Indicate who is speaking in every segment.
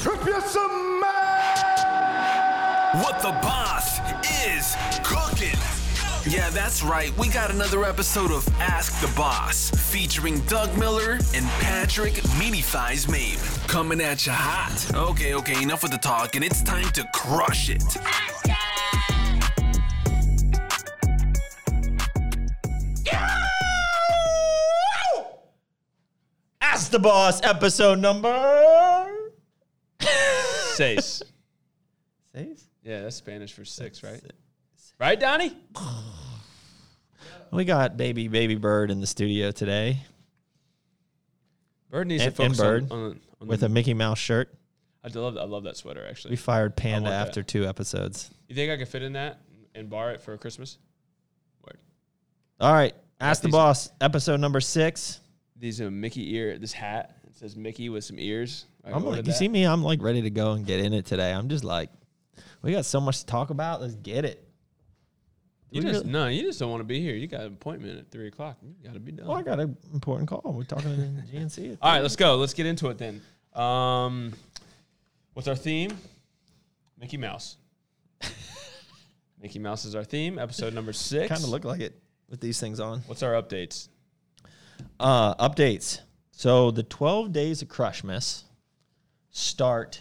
Speaker 1: Strip you some man.
Speaker 2: What the boss is cooking. Yeah, that's right. We got another episode of Ask the Boss featuring Doug Miller and Patrick Meaty Thighs Mabe coming at you hot. Okay, okay, enough with the talk, and it's time to crush it.
Speaker 3: Ask the Boss episode number
Speaker 4: Seis.
Speaker 3: six.
Speaker 4: Yeah, that's Spanish for six, right? Right, Donnie?
Speaker 3: We got baby baby bird in the studio today
Speaker 4: Bird needs
Speaker 3: And-
Speaker 4: to focus
Speaker 3: and
Speaker 4: on-
Speaker 3: Bird
Speaker 4: on, on,
Speaker 3: with
Speaker 4: the,
Speaker 3: a Mickey Mouse shirt.
Speaker 4: I do love that. I love that sweater
Speaker 3: We
Speaker 4: actually.
Speaker 3: fired Panda
Speaker 4: I want that.
Speaker 3: after two episodes.
Speaker 4: You think I could fit in that and bar it for Christmas? Word.
Speaker 3: All right, Ask the
Speaker 4: these-
Speaker 3: Boss episode number six.
Speaker 4: These uh, Mickey ear, this hat. It says Mickey with some ears. I
Speaker 3: I'm
Speaker 4: ordered
Speaker 3: like, you
Speaker 4: that.
Speaker 3: see me? I'm like ready to go and get in it today. I'm just like, we got so much to talk about. Let's get it.
Speaker 4: You
Speaker 3: we
Speaker 4: just
Speaker 3: really-
Speaker 4: no, you just don't want to be here. You got an appointment at three o'clock. You got to be done.
Speaker 3: Well, I got an important call. We're talking to GNC.
Speaker 4: All right, let's go. Let's get into it then. Um, what's our theme? Mickey Mouse. Mickey Mouse is our theme. Episode number six.
Speaker 3: Kind of look like it with these things on.
Speaker 4: What's our updates?
Speaker 3: Uh, updates. So the 12 days of Crushmas start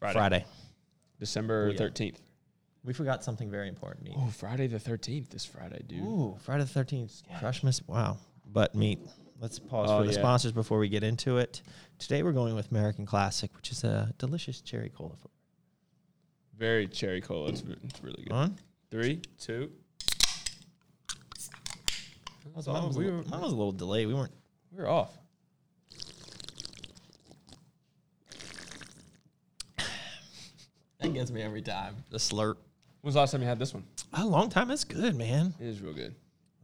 Speaker 3: Friday.
Speaker 4: December
Speaker 3: yeah.
Speaker 4: 13th.
Speaker 3: We forgot something very important. Meat.
Speaker 4: Oh, Friday the 13th this Friday, dude.
Speaker 3: Ooh, Friday the 13th. Crushmas. Wow. But meat. Let's pause
Speaker 4: Oh,
Speaker 3: for the
Speaker 4: yeah.
Speaker 3: sponsors before we get into it. Today we're going with American Classic, which is a delicious cherry cola.
Speaker 4: Very cherry cola. It's, re- it's really good.
Speaker 3: On.
Speaker 4: Three, two.
Speaker 3: Mine was, a
Speaker 4: we,
Speaker 3: little-
Speaker 4: were,
Speaker 3: mine was a little delayed. We weren't
Speaker 4: we were off.
Speaker 3: That gets me every time. The slurp.
Speaker 4: When's the last time you had this one?
Speaker 3: A long time. That's good, man.
Speaker 4: It is real good.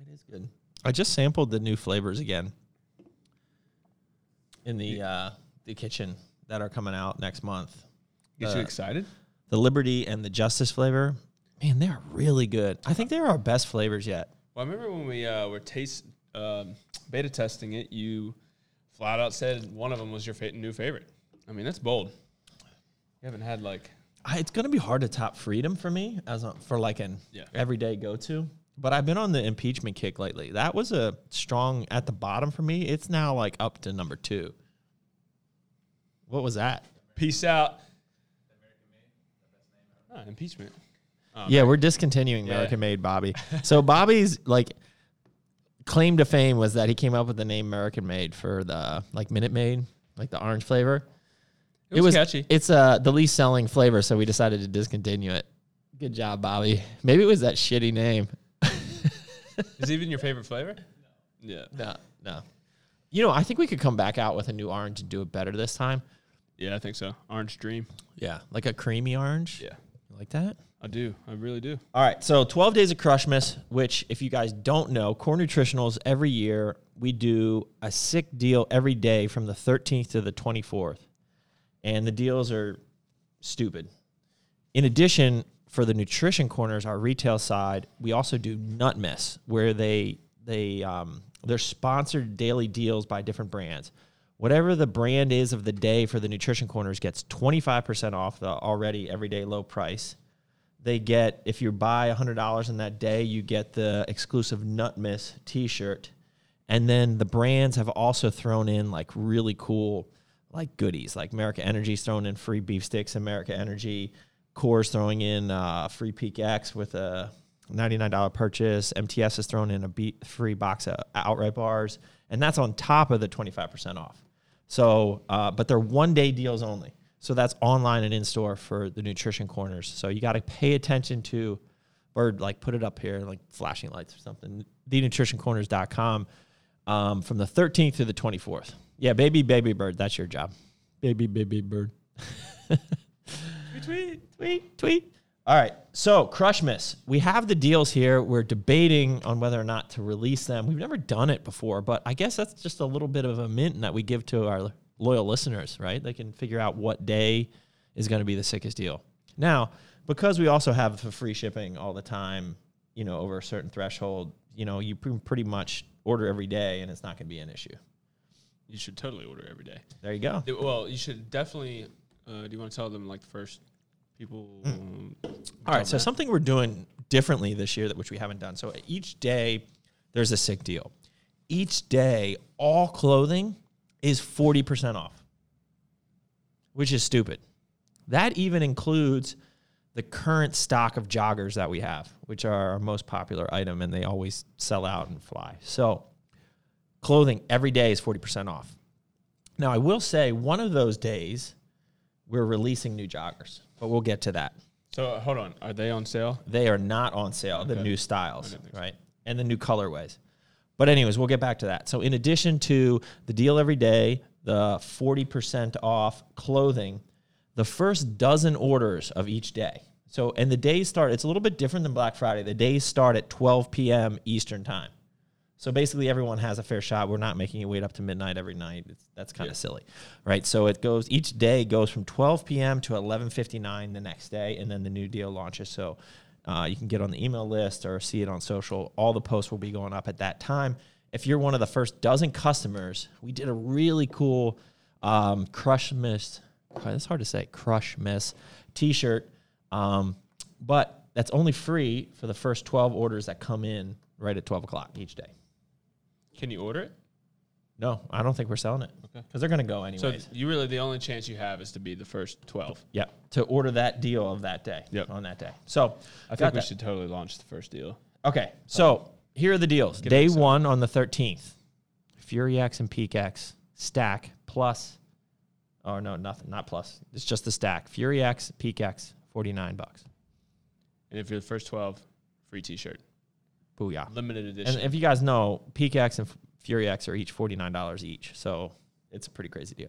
Speaker 3: It is good. I just sampled the new flavors again in the uh, the kitchen that are coming out next month.
Speaker 4: Get you excited?
Speaker 3: The Liberty and the Justice flavor, man, they are really good. I think they're our best flavors yet.
Speaker 4: Well, I remember when we uh, were taste um, beta testing it, you flat out said one of them was your fa- new favorite. I mean, that's bold. You haven't had like
Speaker 3: I, it's going to be hard to top Freedom for me as a, for like an
Speaker 4: Yeah.
Speaker 3: everyday go to. But I've been on the impeachment kick lately. That was a strong at the bottom for me. It's now like up to number two. What was that?
Speaker 4: peace out. Ah, impeachment.
Speaker 3: Yeah, we're discontinuing American Made Bobby. So Bobby's like claim to fame was that he came up with the name American Made for the like Minute Maid, like the orange flavor.
Speaker 4: It was, catchy.
Speaker 3: It's uh the least selling flavor, so we decided to discontinue it. Good job, Bobby. Maybe it was that shitty name.
Speaker 4: Is it even your favorite flavor? Yeah.
Speaker 3: No, no. You know, I think we could come back out with a new orange and do it better this time.
Speaker 4: Yeah, I think so. Orange Dream.
Speaker 3: Yeah, like a creamy orange.
Speaker 4: Yeah.
Speaker 3: You like that?
Speaker 4: I do. I really do.
Speaker 3: All right, so 12 Days of Crushmas, which, if you guys don't know, Core Nutritionals every year, we do a sick deal every day from the 13th to the 24th. And the deals are stupid. In addition, for the nutrition corners, our retail side, we also do Nut Miss, where they they um, they're sponsored daily deals by different brands. Whatever the brand is of the day for the nutrition corners gets 25% off the already everyday low price they get if you buy $100 in that day you get the exclusive nut miss t-shirt and then the brands have also thrown in like really cool like goodies like america energy's thrown in free beef sticks america energy core's throwing in uh, free peak x with a $99 purchase mts has thrown in a be- free box of outright bars and that's on top of the 25% off so, uh, but they're one day deals only. So that's online and in store for the nutrition corners. So you got to pay attention to, or like put it up here, like flashing lights or something, thenutritioncorners.com um, from the 13th to the 24th. Yeah, baby, baby bird, that's your job. Baby, baby bird. tweet, tweet, tweet. All right. So, Crushmas, we have the deals here. We're debating on whether or not to release them. We've never done it before, but I guess that's just a little bit of a mint that we give to our loyal listeners, right? They can figure out what day is going to be the sickest deal. Now, because we also have the free shipping all the time, you know, over a certain threshold, you know, you pre- pretty much order every day and it's not going to be an issue.
Speaker 4: You should totally order every day.
Speaker 3: There you go.
Speaker 4: Th- Well, you should definitely. Uh, do you want to tell them like the first people?
Speaker 3: All right, so something we're doing differently this year that which we haven't done. So each day there's a sick deal. Each day all clothing is 40% off. Which is stupid. That even includes the current stock of joggers that we have, which are our most popular item and they always sell out and fly. So clothing every day is 40% off. Now I will say one of those days we're releasing new joggers, but we'll get to that
Speaker 4: So uh, hold on, are they on sale?
Speaker 3: they are not on sale the new styles right and the new colorways but anyways we'll get back to that so in addition to the deal every day the 40% off clothing the first dozen orders of each day so and the days start it's a little bit different than black friday the days start at 12 p.m eastern time so basically, everyone has a fair shot. We're not making you wait up to midnight every night. It's, that's kind of silly, right? So it goes each day goes from 12 p.m. to 11:59 the next day, and then the new deal launches. So uh, you can get on the email list or see it on social. All the posts will be going up at that time. If you're one of the first dozen customers, we did a really cool um, crush miss. That's hard to say. Crush miss T-shirt. Um, but that's only free for the first 12 orders that come in right at 12 o'clock each day.
Speaker 4: Can you order it?
Speaker 3: No, I don't think we're selling it because they're going to go anyways.
Speaker 4: So you really the only chance you have is to be the first twelve.
Speaker 3: yeah, to order that deal of that day
Speaker 4: Yep.
Speaker 3: on that day. So
Speaker 4: I
Speaker 3: got
Speaker 4: think we
Speaker 3: that.
Speaker 4: should totally launch the first deal.
Speaker 3: Okay, so here are the deals. Day one on the thirteenth, Fury X and Peak X stack plus. Oh no, nothing. Not plus. It's just the stack. Fury X, Peak X, forty nine bucks.
Speaker 4: And if you're the first twelve, free T-shirt,
Speaker 3: Booyah!
Speaker 4: limited edition.
Speaker 3: And if you guys know, Peak X and F- Fury X are each forty nine dollars each. So it's a pretty crazy deal.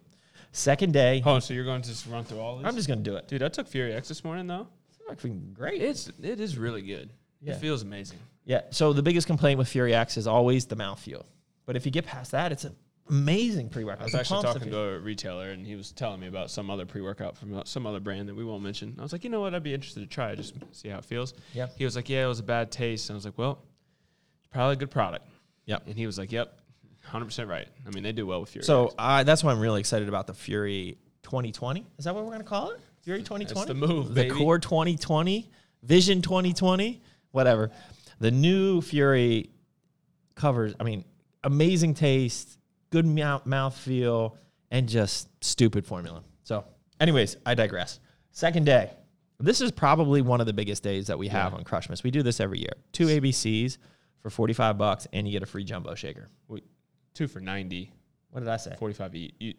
Speaker 3: Second day,
Speaker 4: Hold on, so you're going to just run through all these?
Speaker 3: I'm just going to do it.
Speaker 4: dude. I took Fury X this morning though.
Speaker 3: It's fucking great.
Speaker 4: It's it is really good.
Speaker 3: Yeah.
Speaker 4: It feels amazing.
Speaker 3: Yeah. So the biggest complaint with Fury X is always the mouthfeel. But if you get past that, it's an amazing pre-workout.
Speaker 4: I was actually talking to a retailer, and he was telling me about some other pre-workout from uh, some other brand that we won't mention. I was like, you know what? I'd be interested to try, it, just see how it feels.
Speaker 3: Yeah.
Speaker 4: He was like, yeah, it was a bad taste. And I was like, well, probably a good product.
Speaker 3: Yep.
Speaker 4: And he was like, yep, 100 percent right. I mean, they do well with Fury.
Speaker 3: So I that's why I'm really excited about the Fury 2020. Is that what we're going to call it? Fury 2020?
Speaker 4: the move,
Speaker 3: The
Speaker 4: baby.
Speaker 3: Core 2020, Vision 2020, whatever. The new Fury covers, I mean, amazing taste, good mouth, mouth feel, and just stupid formula. So, anyways, I digress. Second day. This is probably one of the biggest days that we have on Crushmas. We do this every year. Two ABCs for 45 bucks, and you get a free jumbo shaker.
Speaker 4: Wait, two for 90,
Speaker 3: What did I say?
Speaker 4: 45 each. You,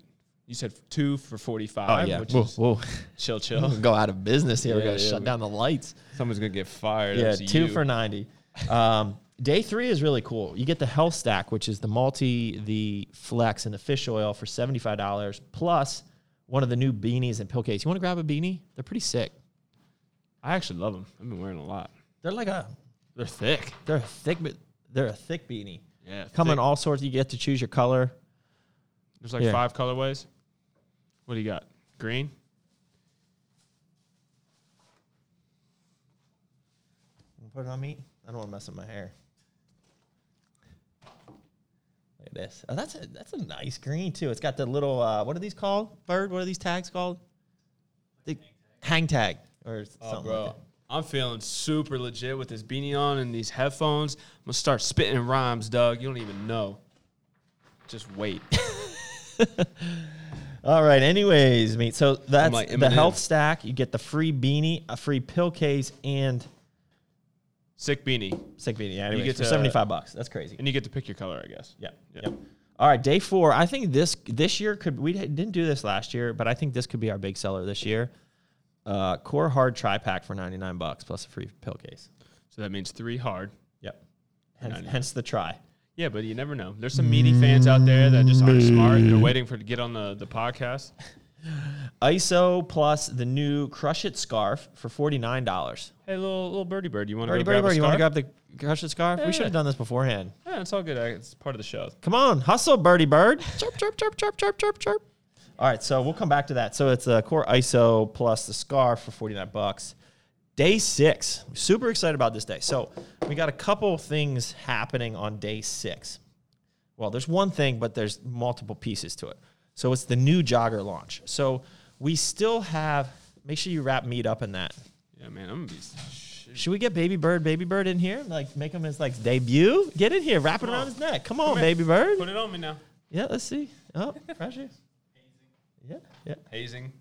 Speaker 4: you said two for 45, which
Speaker 3: Oh, Whoa,
Speaker 4: is
Speaker 3: whoa.
Speaker 4: chill, chill.
Speaker 3: go out of business here. We're
Speaker 4: Yeah,
Speaker 3: gonna
Speaker 4: yeah,
Speaker 3: shut
Speaker 4: we-
Speaker 3: down the lights.
Speaker 4: Someone's gonna get fired.
Speaker 3: Yeah,
Speaker 4: That's
Speaker 3: two
Speaker 4: you.
Speaker 3: for ninety. Um, day three is really cool. You get the health stack, which is the multi, the flex, and the fish oil for seventy five dollars plus one of the new beanies and pill case. You want to grab a beanie? They're pretty sick.
Speaker 4: I actually love them. I've been wearing a lot.
Speaker 3: They're like a
Speaker 4: They're thick.
Speaker 3: they're a thick but they're a thick beanie.
Speaker 4: Yeah,
Speaker 3: Come in
Speaker 4: thick.
Speaker 3: all sorts. You get to choose your color.
Speaker 4: There's like
Speaker 3: Yeah.
Speaker 4: five colorways. What do you got? Green.
Speaker 3: Put it on me. I don't want to mess up my hair. Look at this. Oh, that's a that's a nice green too. It's got the little uh, what are these called? Bird? What are these tags called? The hang tag or
Speaker 4: Oh,
Speaker 3: something. Like that.
Speaker 4: I'm feeling super legit with this beanie on and these headphones. I'm gonna start spitting rhymes, Doug. You don't even know. Just wait.
Speaker 3: All right. Anyways, mate. So that's
Speaker 4: like
Speaker 3: the
Speaker 4: Eminem.
Speaker 3: health stack. You get the free beanie, a free pill case, and
Speaker 4: Sick beanie,
Speaker 3: sick beanie. Yeah, anyways,
Speaker 4: get
Speaker 3: for
Speaker 4: to- uh,
Speaker 3: seventy five bucks. That's crazy.
Speaker 4: and you get to pick your color, I guess.
Speaker 3: Yeah.
Speaker 4: Yeah.
Speaker 3: Yep. All right, day four. I think this this year could we didn't do this last year, but I think this could be our big seller this year. Uh, core hard tri pack for ninety nine bucks plus a free pill case.
Speaker 4: So that means three hard.
Speaker 3: Yep. Hence,
Speaker 4: 99.
Speaker 3: hence the try.
Speaker 4: Yeah, but you never know. There's some meaty fans out there that just aren't smart.
Speaker 3: Mm.
Speaker 4: They're waiting for to get on the, the podcast.
Speaker 3: ISO plus the new Crush It scarf for forty nine dollars.
Speaker 4: Hey, little little birdie bird, you want to
Speaker 3: Birdie,
Speaker 4: grab
Speaker 3: birdie,
Speaker 4: a
Speaker 3: birdie, you want to
Speaker 4: scarf?
Speaker 3: grab the Crush It scarf? We should have done this beforehand.
Speaker 4: Yeah, it's all good. I- It's part of the show.
Speaker 3: Come on, hustle, birdie bird. chirp, chirp, chirp, chirp, chirp, chirp, chirp. All right, so we'll come back to that. So it's a core ISO plus the scarf for 49 bucks. Day six. Super excited about this day. So we got a couple things happening on day six. Well, there's one thing, but there's multiple pieces to it. So it's the new jogger launch. So we still have. Make sure you wrap meat up in that.
Speaker 4: Yeah, man, I'm gonna be shit.
Speaker 3: Should we get Baby Bird, Baby Bird in here? Like make him his like debut. Get in here, wrap it around his neck. Come on,
Speaker 4: here.
Speaker 3: Baby Bird.
Speaker 4: Put it on me now.
Speaker 3: Yeah, let's see. Oh, pressure. Yeah, yeah.
Speaker 4: Hazing.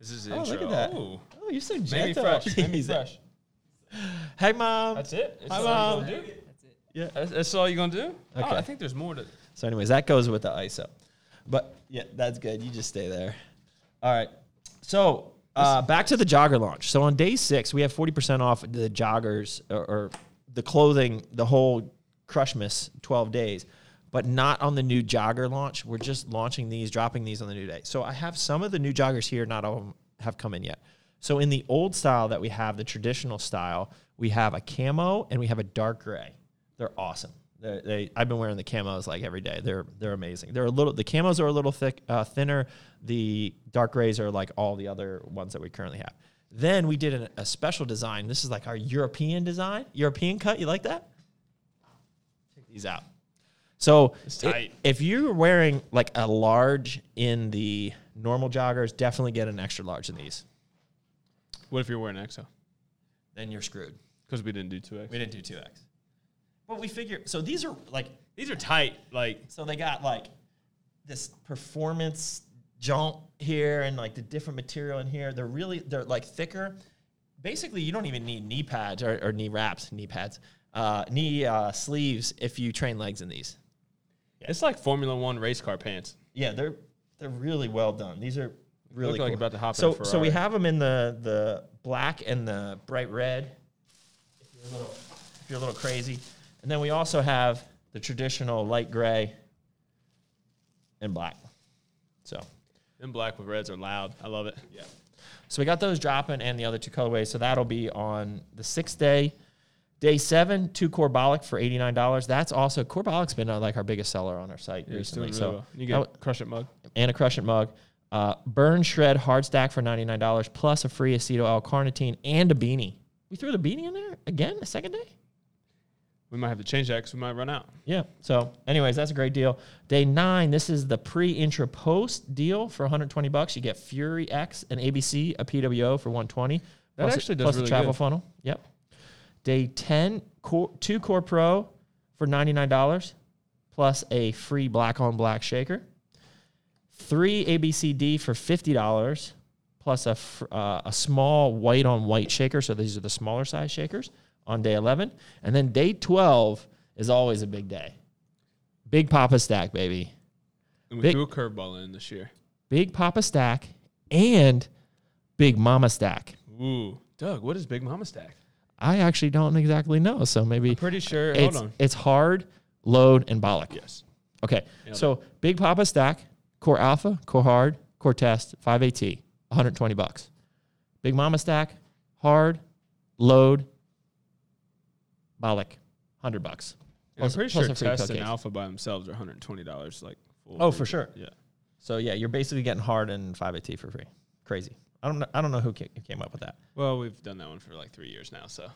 Speaker 4: This is the
Speaker 3: Oh,
Speaker 4: intro.
Speaker 3: look at that.
Speaker 4: Ooh.
Speaker 3: Oh, you're so
Speaker 4: Maybe
Speaker 3: jacked up.
Speaker 4: fresh. Maybe
Speaker 3: He's-
Speaker 4: fresh.
Speaker 3: Hey, mom.
Speaker 4: That's it. That's
Speaker 3: Hi,
Speaker 4: all
Speaker 3: Mom.
Speaker 4: you gonna do?
Speaker 3: Yeah.
Speaker 4: That's, that's all you're gonna do? Oh,
Speaker 3: Okay.
Speaker 4: I think there's more to.
Speaker 3: So, anyways, that goes with the ISO. But yeah, that's good. You just stay there. All right. So uh, back to the jogger launch. So on day six, we have forty percent off the joggers or, or the clothing, the whole Crushmas twelve days, but not on the new jogger launch. We're just launching these, dropping these on the new day. So I have some of the new joggers here. Not all of them have come in yet. So in the old style that we have, the traditional style, we have a camo and we have a dark gray. They're awesome. They're, they, I've been wearing the camos like every day. They're they're amazing. They're a little. The camos are a little thick, uh, thinner. The dark grays are like all the other ones that we currently have. Then we did an, a special design. This is like our European design, European cut. You like that? Check these out. So i-
Speaker 4: tight.
Speaker 3: if you're wearing like a large in the normal joggers, definitely get an extra large in these.
Speaker 4: What if you're wearing XO?
Speaker 3: Then you're screwed.
Speaker 4: Because we didn't do two X.
Speaker 3: We didn't do two X. But we figure. So these are like
Speaker 4: These are tight. Like
Speaker 3: So they got like this performance jaunt here and like the different material in here. They're really they're like thicker. Basically, you don't even need knee pads or, or knee wraps, knee pads, uh, knee uh, sleeves if you train legs in these.
Speaker 4: it's like Formula One race car pants.
Speaker 3: Yeah, they're they're really well done. These are really
Speaker 4: like
Speaker 3: cool.
Speaker 4: about to hop in
Speaker 3: So
Speaker 4: a
Speaker 3: so we
Speaker 4: Ferrari.
Speaker 3: have them in the the black and the bright red. If you're a little, if you're a little crazy, and then we also have the traditional light gray and black. So
Speaker 4: Them black with reds are loud. I love it. Yeah.
Speaker 3: so we got those dropping and the other two colorways. So that'll be on the sixth day. Day seven, two Corbolic for eighty nine dollars. That's also Corbolic's been uh, like our biggest seller on our site recently. so
Speaker 4: you
Speaker 3: that
Speaker 4: get
Speaker 3: w-
Speaker 4: crush it mug.
Speaker 3: and a crush it mug. Uh, burn shred hard stack for ninety nine dollars plus a free acetyl L carnitine and a beanie. We threw the beanie in there again the second day.
Speaker 4: We might have to change that because we might run out.
Speaker 3: Yeah. So, anyways, that's a great deal. Day nine, this is the pre intra post deal for 120 bucks. You get Fury X and ABC, a PWO for 120.
Speaker 4: That
Speaker 3: plus
Speaker 4: actually does
Speaker 3: plus
Speaker 4: really
Speaker 3: the travel
Speaker 4: good.
Speaker 3: funnel. Yep. Day 10, core, two Core Pro for $99 plus a free black on black shaker. Three ABCD for $50 plus a, fr- uh, a small white on white shaker. So these are the smaller size shakers on day 11. And then day 12 is always a big day. Big Papa Stack, baby.
Speaker 4: And we
Speaker 3: Big-
Speaker 4: threw a curveball in this year.
Speaker 3: Big Papa Stack and Big Mama Stack.
Speaker 4: Ooh, Doug, what is Big Mama Stack?
Speaker 3: I actually don't exactly know. So maybe
Speaker 4: Pretty sure.
Speaker 3: it's,
Speaker 4: hold on.
Speaker 3: it's hard, load, and bollock.
Speaker 4: Yes.
Speaker 3: Okay. So Big Papa Stack, Core Alpha, Core Hard, Core Test, 5AT, 120 bucks. Big Mama Stack, Hard, Load, Bollock, 100 bucks.
Speaker 4: And I'm
Speaker 3: Plus-
Speaker 4: pretty
Speaker 3: plus
Speaker 4: sure
Speaker 3: a free
Speaker 4: Test and
Speaker 3: cupcake.
Speaker 4: Alpha by themselves are $120. Like. Full
Speaker 3: Oh, for sure.
Speaker 4: Yeah.
Speaker 3: So yeah, you're basically getting Hard and 5AT for free. Crazy. I don't know, I don't know who ca- who came up with that.
Speaker 4: Well, we've done that one for like three years now, so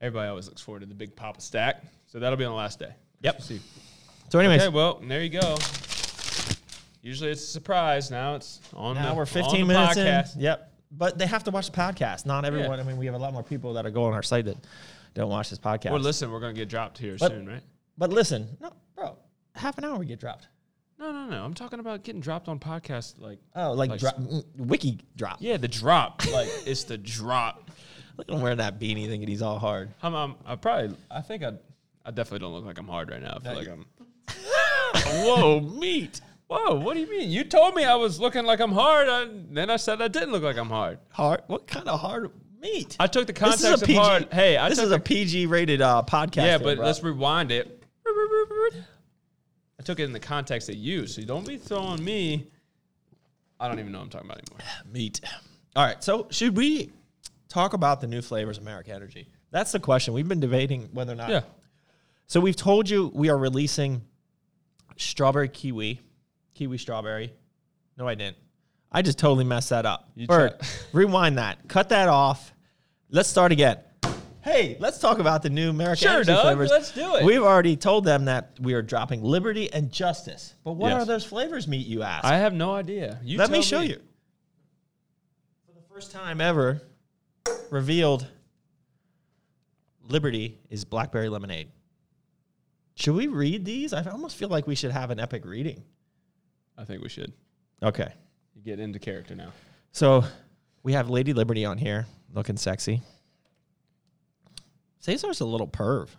Speaker 4: everybody always looks forward to the Big Papa Stack. So that'll be on the last day.
Speaker 3: Yep.
Speaker 4: See.
Speaker 3: So anyways,
Speaker 4: Okay, well, there you go. Usually it's a surprise. Now it's on.
Speaker 3: now
Speaker 4: the,
Speaker 3: we're
Speaker 4: on
Speaker 3: 15
Speaker 4: the
Speaker 3: minutes
Speaker 4: podcast.
Speaker 3: in. Yep. But they have to watch the podcast. Not everyone. I mean, we have a lot more people that are going on our site that don't watch this podcast.
Speaker 4: Well, listen, we're gonna get dropped here
Speaker 3: But-
Speaker 4: soon, right?
Speaker 3: But listen, no, bro, half an hour we get dropped.
Speaker 4: No, no, no. I'm talking about getting dropped on podcast. Like,
Speaker 3: Oh, like,
Speaker 4: Like
Speaker 3: drop, mm, wiki drop.
Speaker 4: yeah, the drop. like, it's the drop.
Speaker 3: Look at him wearing that beanie, thinking he's all hard.
Speaker 4: I'm, I'm, I probably, I think I, I definitely don't look like I'm hard right now. I feel like I'm. Whoa, meat. Whoa, what do you mean? You told me I was looking like I'm hard. I, then I said I didn't look like I'm hard.
Speaker 3: Hard? What kind of hard meat?
Speaker 4: I took the
Speaker 3: This
Speaker 4: context
Speaker 3: is a
Speaker 4: of
Speaker 3: PG.
Speaker 4: hard. Hey, I
Speaker 3: this
Speaker 4: took
Speaker 3: is a PG rated uh, podcast.
Speaker 4: Yeah,
Speaker 3: here,
Speaker 4: but
Speaker 3: bro.
Speaker 4: let's rewind it. I took it in the context that you, so don't be throwing me. I don't even know what I'm talking about anymore.
Speaker 3: meat. All right. So should we talk about the new flavors of America Energy? That's the question we've been debating whether or not. So we've told you we are releasing strawberry kiwi, kiwi strawberry. No, I didn't. I just totally messed that up.
Speaker 4: You
Speaker 3: Bird,
Speaker 4: tried.
Speaker 3: rewind that. Cut that off. Let's start again. Hey, let's talk about the new American
Speaker 4: Sure,
Speaker 3: Energy
Speaker 4: Doug,
Speaker 3: flavors.
Speaker 4: let's do it.
Speaker 3: We've already told them that we are dropping Liberty and Justice. But what
Speaker 4: Yes.
Speaker 3: are those flavors, meat? You ask.
Speaker 4: I have no idea. You
Speaker 3: Let me show
Speaker 4: tell
Speaker 3: you. For the first time ever, revealed Liberty is blackberry lemonade. Should we read these? I almost feel like we should have an epic reading.
Speaker 4: I think we should.
Speaker 3: Okay.
Speaker 4: You get into character now.
Speaker 3: So we have Lady Liberty on here, looking sexy. Cesar's a little perv.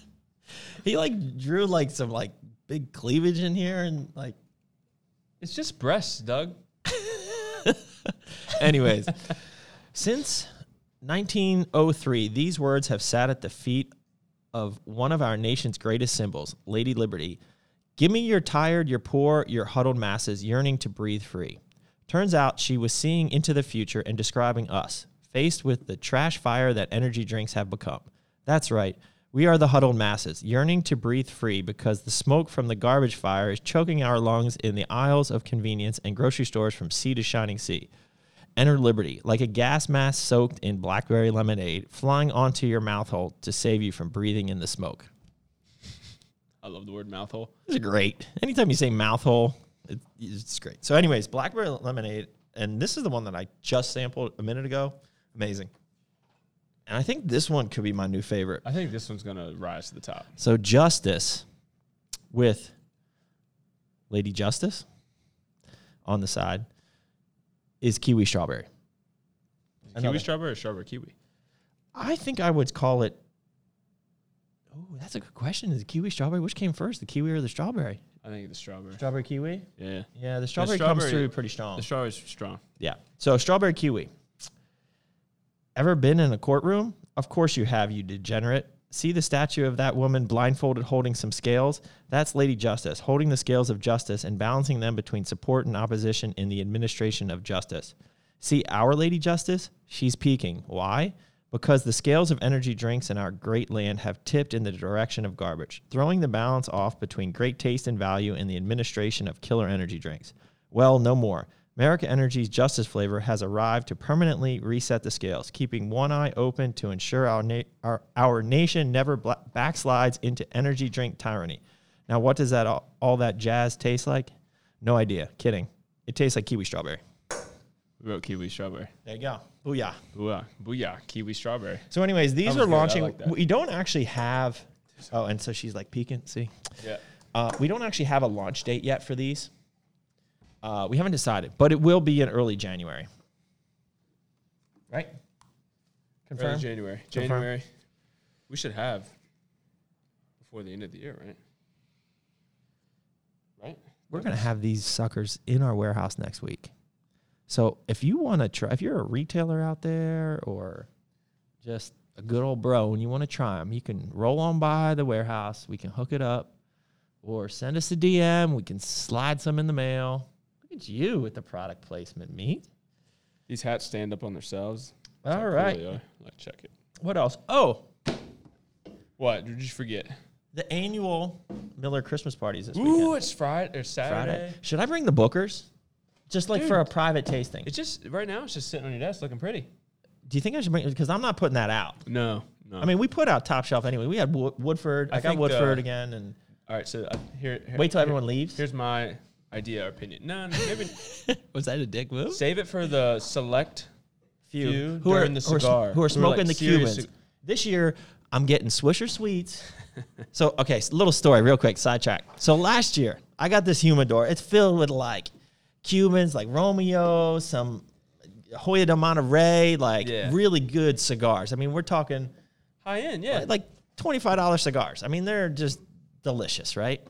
Speaker 3: he like drew like some like big cleavage in here and like
Speaker 4: It's just breasts, Doug.
Speaker 3: Anyways, since 1903, these words have sat at the feet of one of our nation's greatest symbols, Lady Liberty. Give me your tired, your poor, your huddled masses yearning to breathe free. Turns out she was seeing into the future and describing us, faced with the trash fire that energy drinks have become. That's right, we are the huddled masses, yearning to breathe free because the smoke from the garbage fire is choking our lungs in the aisles of convenience and grocery stores from sea to shining sea. Enter Liberty, like a gas mask soaked in blackberry lemonade, flying onto your mouth hole to save you from breathing in the smoke.
Speaker 4: I love the word mouthhole.
Speaker 3: This is great. Anytime you say mouth hole, it, it's great. So, anyways, blackberry lemonade, and this is the one that I just sampled a minute ago. Amazing. And I think this one could be my new favorite.
Speaker 4: I think this one's gonna rise to the top.
Speaker 3: So, Justice with Lady Justice on the side is kiwi strawberry. Another.
Speaker 4: Kiwi strawberry or strawberry kiwi?
Speaker 3: I think I would call it. Oh, that's a good question. Is it kiwi strawberry? Which came first, the kiwi or the strawberry?
Speaker 4: I think it's strawberry.
Speaker 3: Strawberry kiwi.
Speaker 4: Yeah.
Speaker 3: Yeah, the strawberry, comes
Speaker 4: strawberry-
Speaker 3: through pretty strong.
Speaker 4: The strawberry's strong.
Speaker 3: yeah. So strawberry kiwi. Ever been in a courtroom? Of course you have, you degenerate. See the statue of that woman blindfolded holding some scales? That's Lady Justice, holding the scales of justice and balancing them between support and opposition in the administration of justice. See our Lady Justice? She's peaking. Why? Because the scales of energy drinks in our great land have tipped in the direction of garbage, throwing the balance off between great taste and value in the administration of killer energy drinks. Well, no more. America Energy's justice flavor has arrived to permanently reset the scales, keeping one eye open to ensure our, na- our, our nation never bla- backslides into energy drink tyranny. Now, what does that all, all that jazz taste like? No idea. Kidding. It tastes like kiwi strawberry.
Speaker 4: We wrote kiwi strawberry.
Speaker 3: There you go. Booyah.
Speaker 4: Booyah. Booyah. Kiwi strawberry.
Speaker 3: So, anyways, these
Speaker 4: was
Speaker 3: are
Speaker 4: good. I
Speaker 3: launching.
Speaker 4: like that.
Speaker 3: we don't actually have. Oh, and so she's like peeking. See,
Speaker 4: Yeah.
Speaker 3: uh, we don't actually have a launch date yet for these. Uh, we haven't decided, but it will be in early January. Right?
Speaker 4: Early
Speaker 3: Confirmed.
Speaker 4: January.
Speaker 3: Confirm.
Speaker 4: January. We should have before the end of the year, right? Right?
Speaker 3: We're gonna have these suckers in our warehouse next week. So if you want to try, if you're a retailer out there or just a good old bro and you want to try them, you can roll on by the warehouse. We can hook it up, or send us a DM. We can slide some in the mail. Look at you with the product placement, meat.
Speaker 4: These hats stand up on themselves.
Speaker 3: All
Speaker 4: All
Speaker 3: right.
Speaker 4: Like check it.
Speaker 3: What else? Oh,
Speaker 4: What? Did you forget?
Speaker 3: the annual Miller Christmas parties this
Speaker 4: Ooh,
Speaker 3: weekend.
Speaker 4: it's Friday or Saturday.
Speaker 3: Friday. Should I bring the bookers? Just like for a private tasting.
Speaker 4: It's just right now. It's just sitting on your desk, looking pretty.
Speaker 3: Do you think I should bring? Because I'm not putting that out.
Speaker 4: No, no.
Speaker 3: I mean, we put out top shelf anyway. We had Wo- Woodford. I, uh,
Speaker 4: I
Speaker 3: got
Speaker 4: think
Speaker 3: Woodford
Speaker 4: the-
Speaker 3: again, and
Speaker 4: all right. So uh, here, here-
Speaker 3: wait till
Speaker 4: here-
Speaker 3: everyone leaves.
Speaker 4: Here's my idea or opinion. No, no maybe
Speaker 3: Was that a dick move?
Speaker 4: save it for the select.
Speaker 3: Few,
Speaker 4: few
Speaker 3: who are
Speaker 4: during the
Speaker 3: who are, sm-
Speaker 4: cigar.
Speaker 3: who are
Speaker 4: We're
Speaker 3: smoking
Speaker 4: like
Speaker 3: the
Speaker 4: serious
Speaker 3: Cubans.
Speaker 4: cig-
Speaker 3: this year, I'm getting Swisher sweets. so okay, s- little story, real quick, sidetrack. So last year, I got this humidor. It's filled with like Cubans, like Romeo, some Hoya de Monterey, like
Speaker 4: Yeah.
Speaker 3: really good cigars. I mean, we're talking.
Speaker 4: High end, yeah.
Speaker 3: like $25 cigars. I mean, they're just delicious, right?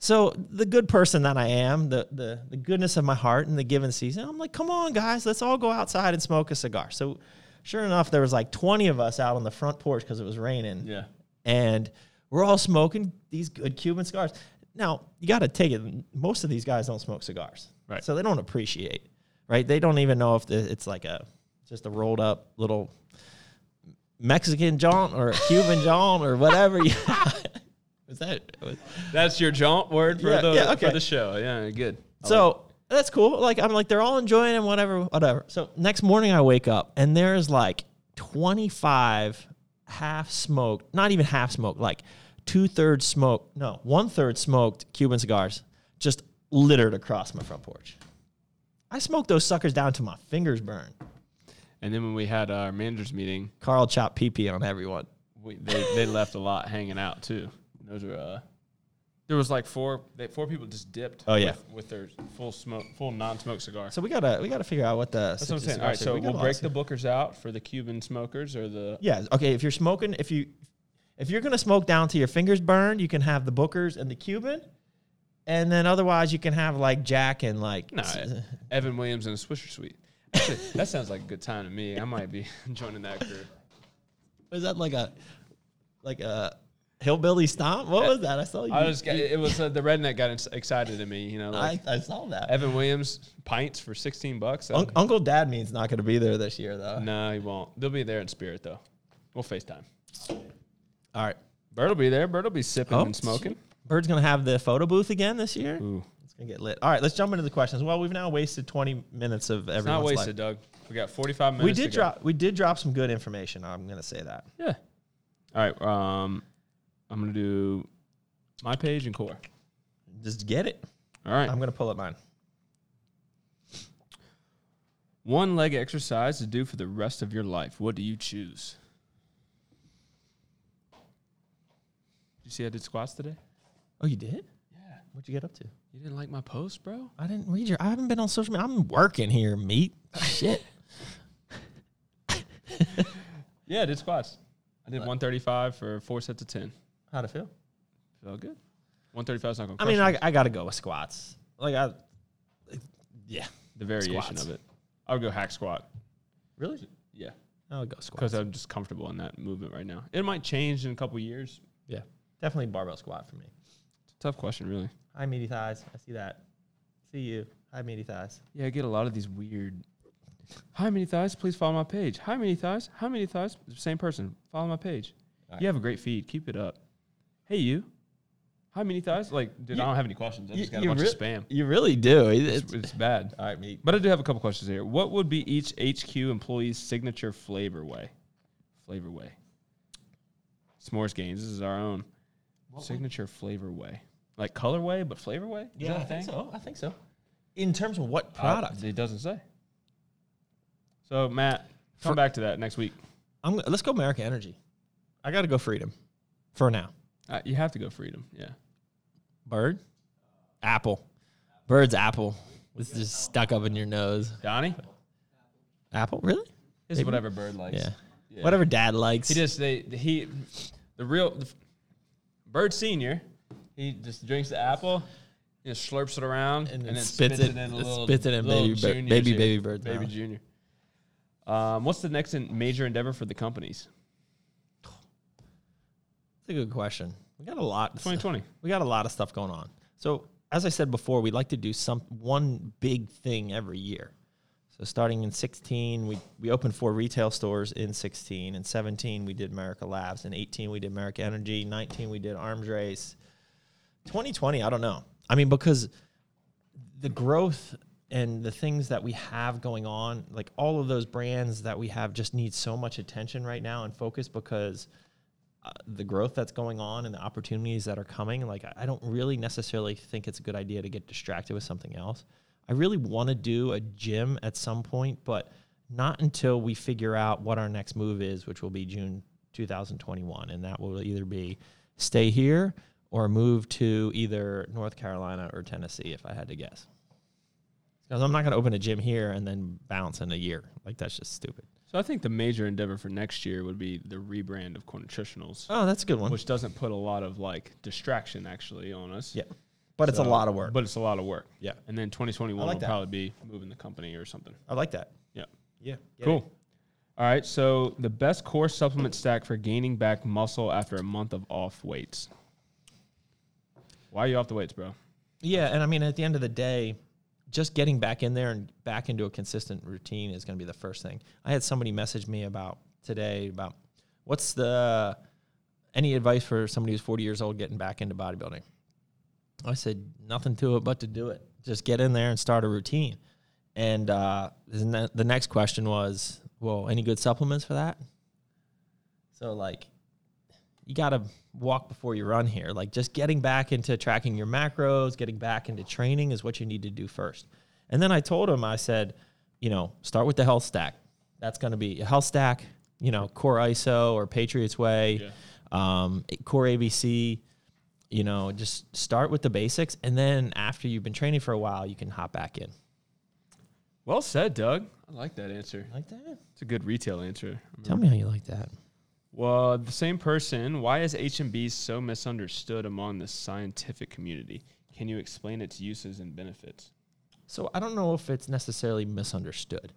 Speaker 3: So the good person that I am, the, the the goodness of my heart and the given season, I'm like, come on, guys, let's all go outside and smoke a cigar. So sure enough, there was like 20 of us out on the front porch because it was raining.
Speaker 4: Yeah.
Speaker 3: And we're all smoking these good Cuban cigars. Now, you gotta take it. Most of these guys don't smoke cigars.
Speaker 4: Right.
Speaker 3: So they don't appreciate, right? They don't even know if the, it's like a just a rolled up little Mexican jaunt or a Cuban jaunt or whatever. you- Was that was-
Speaker 4: That's your jaunt word for
Speaker 3: Yeah,
Speaker 4: the
Speaker 3: yeah, okay.
Speaker 4: for the show. Yeah, good. I like-
Speaker 3: so? That's cool. Like I'm like they're all enjoying and whatever, whatever. So next morning I wake up and there's like 25 half smoked, not even half smoked, like two thirds smoked, no, one third smoked Cuban cigars just littered across my front porch. I smoked those suckers down to my fingers burn.
Speaker 4: And then when we had our managers meeting,
Speaker 3: Carl chopped pee pee on everyone.
Speaker 4: we, they they left a lot hanging out too. Those were uh, there was like four they, four people just dipped.
Speaker 3: Oh, yeah.
Speaker 4: with, with their full smoke, full non-smoke cigar.
Speaker 3: So we gotta we gotta figure out what the
Speaker 4: That's what I'm saying. All right, so we'll break the bookers out for the Cuban smokers or the
Speaker 3: Yeah, okay. If you're smoking, if you if you're gonna smoke down to your fingers burn, you can have the Booker's and the Cuban, and then otherwise you can have like Jack and like
Speaker 4: No, Evan Williams and a Swisher Suite. Actually, that sounds like a good time to me. I might be joining that group.
Speaker 3: was that like a like a hillbilly stomp? What was that? I saw you.
Speaker 4: I was it it was uh, the redneck got ex- excited in me. You know, like
Speaker 3: I, I saw that.
Speaker 4: Evan Williams pints for 16 bucks.
Speaker 3: Unc Uncle Dad means not gonna be there this year though.
Speaker 4: no, he won't. They'll be there in spirit though. We'll Facetime.
Speaker 3: All right,
Speaker 4: Bird will be there. Bird will be sipping
Speaker 3: Oh,
Speaker 4: and smoking.
Speaker 3: Bird's gonna have the photo booth again this year.
Speaker 4: Ooh.
Speaker 3: It's gonna get lit. All right, let's jump into the questions. Well, we've now wasted twenty minutes of everyone's
Speaker 4: It's not
Speaker 3: life.
Speaker 4: wasted, Doug. We got 45 minutes.
Speaker 3: We did
Speaker 4: to go.
Speaker 3: drop. We did drop some good information. I'm gonna say that.
Speaker 4: Yeah. All right. Um, I'm gonna do my page and core.
Speaker 3: Just get it.
Speaker 4: All right.
Speaker 3: I'm gonna pull up mine.
Speaker 4: One leg exercise to do for the rest of your life. What do you choose? You see, I did squats today.
Speaker 3: Oh, you did? Yeah. What'd you get up to?
Speaker 4: You didn't like my post, bro.
Speaker 3: I didn't read your. I haven't been on social media. I'm working here, meat. Shit.
Speaker 4: Yeah, I did squats. I did 135 for four sets of 10.
Speaker 3: How'd it feel?
Speaker 4: Felt good. 135 is not gonna.
Speaker 3: I mean,
Speaker 4: crush
Speaker 3: I, I gotta go with squats. Like I, yeah.
Speaker 4: it. the variation
Speaker 3: squats.
Speaker 4: of it. I would go hack squat.
Speaker 3: Really?
Speaker 4: Yeah,
Speaker 3: I'll go squats.
Speaker 4: because I'm just comfortable in that movement right now. It might change in a couple years.
Speaker 3: Yeah, definitely barbell squat for me.
Speaker 4: It's a tough question, really.
Speaker 3: Hi, meaty thighs. I see that. See you. Hi, meaty thighs.
Speaker 4: Yeah, I get a lot of these weird. Hi, many thighs. Please follow my page. Hi, many thighs. Hi, many thighs. Same person. Follow my page. You have a great feed. Keep it up. Hey, you. Hi, many thighs. Like, dude, I don't have any questions. I just got a bunch of spam.
Speaker 3: You really do.
Speaker 4: It's, it's bad.
Speaker 3: all right, meat.
Speaker 4: But I do have a couple questions here. What would be each HQ employee's signature flavor way? Flavor way. S'mores gains. This is our own signature flavor way. Like color way, but flavor way. Is
Speaker 3: Yeah,
Speaker 4: that a
Speaker 3: I think
Speaker 4: thing?
Speaker 3: so. I think so. In terms of what
Speaker 4: Uh,
Speaker 3: product?
Speaker 4: it doesn't say. So Matt, come
Speaker 3: For-
Speaker 4: back to that next week.
Speaker 3: I'm, let's go America Energy. I got to go Freedom for now.
Speaker 4: Uh, you have to go freedom. Yeah.
Speaker 3: Bird? Apple. Bird's apple. It's just stuck up in your nose.
Speaker 4: Donnie,
Speaker 3: Apple? Really?
Speaker 4: it's
Speaker 3: Maybe.
Speaker 4: whatever bird likes.
Speaker 3: Yeah. Whatever dad likes.
Speaker 4: He just they he the real the, f- bird senior. He just drinks the apple, and just slurps it around, and,
Speaker 3: then
Speaker 4: then
Speaker 3: spits
Speaker 4: spits,
Speaker 3: it-
Speaker 4: it in a
Speaker 3: spits
Speaker 4: little
Speaker 3: it in
Speaker 4: little
Speaker 3: baby bir-
Speaker 4: junior's
Speaker 3: baby-
Speaker 4: here.
Speaker 3: baby bird's
Speaker 4: baby
Speaker 3: mouth.
Speaker 4: junior. Um, what's the next in major endeavor for the companies?
Speaker 3: That's a good question. We got a lot.
Speaker 4: 2020.
Speaker 3: We got a lot of stuff going on. So as I said before, we like to do some one big thing every year. So starting in 16, we, we opened four retail stores in 16. In 17, we did America Labs. In 18, we did America Energy. 19, we did Arms Race. 2020, I don't know. I mean, because the growth and the things that we have going on, like all of those brands that we have, just need so much attention right now and focus because uh, the growth that's going on and the opportunities that are coming, like I- I don't really necessarily think it's a good idea to get distracted with something else. I really want to do a gym at some point, but not until we figure out what our next move is, which will be June 2021, and that will either be stay here or move to either North Carolina or Tennessee, if I had to guess. Because I'm not going to open a gym here and then bounce in a year. Like that's just stupid.
Speaker 4: So I think the major endeavor for next year would be the rebrand of Core Nutritionals.
Speaker 3: Oh, that's a good one.
Speaker 4: which doesn't put a lot of like distraction actually on us.
Speaker 3: yeah, but it's a
Speaker 4: So-
Speaker 3: lot of work.
Speaker 4: But it's a lot of work.
Speaker 3: Yeah.
Speaker 4: And then 2021
Speaker 3: I like
Speaker 4: will
Speaker 3: that.
Speaker 4: probably be moving the company or something.
Speaker 3: I like that.
Speaker 4: Yeah.
Speaker 3: Yeah.
Speaker 4: cool. All right. So the best core supplement stack for gaining back muscle after a month of off weights. Why are you off the weights, bro?
Speaker 3: Yeah, and I mean, at the end of the day, just getting back in there and back into a consistent routine is going to be the first thing. I had somebody message me about today about what's the any advice for somebody who's 40 years old getting back into bodybuilding. I said nothing to it but to do it. Just get in there and start a routine. And uh, isn't that- the next question was, well, any good supplements for that? So like you got to walk before you run here. Like just getting back into tracking your macros, getting back into training is what you need to do first. And then I told him, I said, you know, start with the health stack. That's going to be a health stack, you know, core ISO or Patriots Way, um, core ABC. You know, just start with the basics. And then after you've been training for a while, you can hop back in.
Speaker 4: Well said, Doug. I like that answer.
Speaker 3: Like that?
Speaker 4: It's a good retail answer.
Speaker 3: Tell me how you like that.
Speaker 4: Well, the same person. Why is HMB so misunderstood among the scientific community? Can you explain its uses and benefits?
Speaker 3: So I don't know if it's necessarily misunderstood.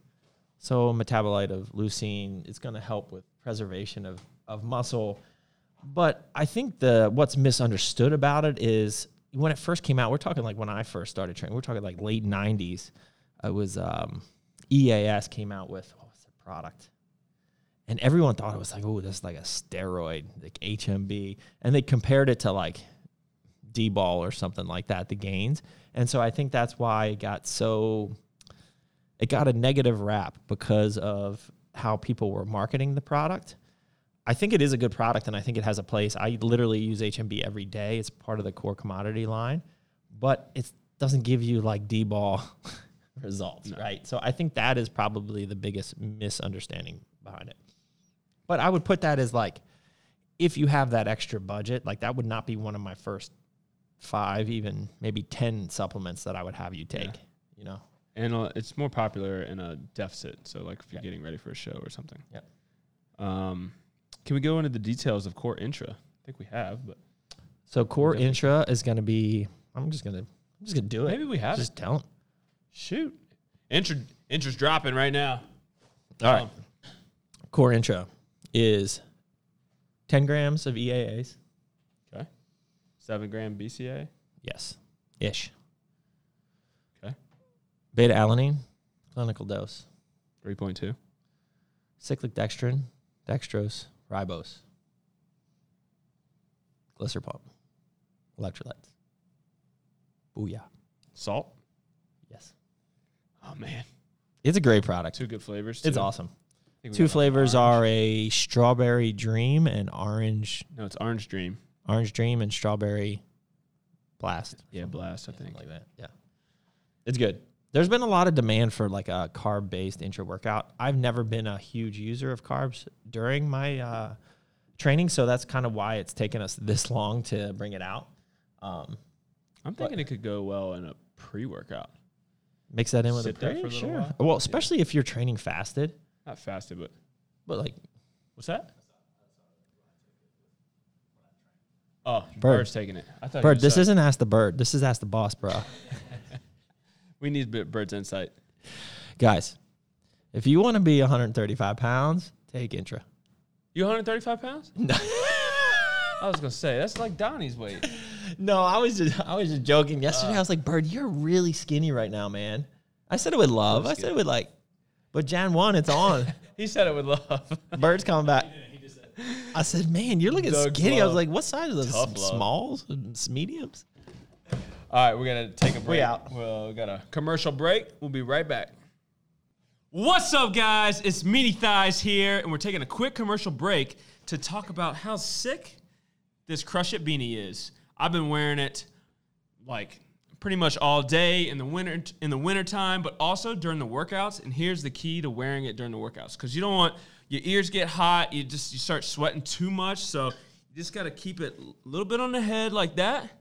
Speaker 3: So a metabolite of leucine is going to help with preservation of, of muscle. But I think the what's misunderstood about it is when it first came out, we're talking like when I first started training, we're talking like late 90s. It was um, EAS came out with, what was the product? and everyone thought it was like, oh, that's like a steroid, like HMB, and they compared it to like D ball or something like that, the gains, and so I think that's why it got so, it got a negative rap because of how people were marketing the product. I think it is a good product, and I think it has a place. I literally use HMB every day; it's part of the core commodity line, but it doesn't give you like D ball. results right so i think that is probably the biggest misunderstanding behind it but I would put that as like, if you have that extra budget, like that would not be one of my first five, even maybe 10 supplements that I would have you take,
Speaker 4: Yeah.
Speaker 3: you know?
Speaker 4: And uh, it's more popular in a deficit. So, like if you're getting ready for a show or something.
Speaker 3: Yep.
Speaker 4: Um, can we go into the details of core intra? I think we have, but
Speaker 3: So core intra is going to be, I'm just going to, I'm just going to do it.
Speaker 4: Maybe we have
Speaker 3: Just tell 'em.
Speaker 4: shoot, intra intra's dropping right now.
Speaker 3: All right. Um, Core intra is 10 grams of E EAAs.
Speaker 4: Okay. Seven gram BCA.
Speaker 3: Yes. Ish.
Speaker 4: Okay.
Speaker 3: Beta alanine, clinical dose.
Speaker 4: Three point two.
Speaker 3: Cyclic dextrin, dextrose, ribose. Glycer pump. Electrolytes. Booyah.
Speaker 4: Salt.
Speaker 3: Yes.
Speaker 4: Oh man,
Speaker 3: It's a great product.
Speaker 4: two good flavors.
Speaker 3: It's
Speaker 4: too.
Speaker 3: awesome.
Speaker 4: I think we
Speaker 3: Two
Speaker 4: got-
Speaker 3: flavors are a strawberry dream and orange
Speaker 4: No, it's Orange Dream.
Speaker 3: orange dream and strawberry blast.
Speaker 4: Yeah, blast. I
Speaker 3: Something
Speaker 4: think.
Speaker 3: like that. Yeah. It's good. There's been a lot of demand for like a carb based intra workout. I've never been a huge user of carbs during my uh, training, so that's kind of why it's taken us this long to bring it out. Um,
Speaker 4: I'm thinking it could go well in a pre-workout.
Speaker 3: mix that in with
Speaker 4: Sit
Speaker 3: a
Speaker 4: there
Speaker 3: pretty
Speaker 4: for a little
Speaker 3: sure.
Speaker 4: while.
Speaker 3: Well, especially if you're training fasted,
Speaker 4: Not fasted, but
Speaker 3: but like
Speaker 4: what's that? Oh,
Speaker 3: Bird.
Speaker 4: bird's taking it. I thought
Speaker 3: bird.
Speaker 4: you
Speaker 3: This
Speaker 4: said-
Speaker 3: isn't ask the bird. This is ask the boss, bro.
Speaker 4: We need bit bird's insight.
Speaker 3: Guys, if you want to be 135 pounds, take intra.
Speaker 4: You 135 pounds? I was gonna say that's like Donnie's weight.
Speaker 3: No, I was just I was just joking. Yesterday I was like, Bird, you're really skinny right now, man. I said it with love. I said it with like, but Jan one, it's on.
Speaker 4: He said it with love.
Speaker 3: Bird's coming back. I said, man, you're looking
Speaker 4: Doug
Speaker 3: skinny. I was
Speaker 4: love.
Speaker 3: like, what size are those?
Speaker 4: Tough love.
Speaker 3: Smalls, S- mediums.
Speaker 4: All right, we're gonna take a break.
Speaker 3: out.
Speaker 4: Well, we got a commercial break. We'll be right back. What's up, guys? It's Meaty Thighs here, and we're taking a quick commercial break to talk about how sick this Crush It beanie is. I've been wearing it like pretty much all day in the winter in the winter time, but also during the workouts. And here's the key to wearing it during the workouts because you don't want your ears get hot. You just you start sweating too much, so you just got to keep it a little bit on the head like that.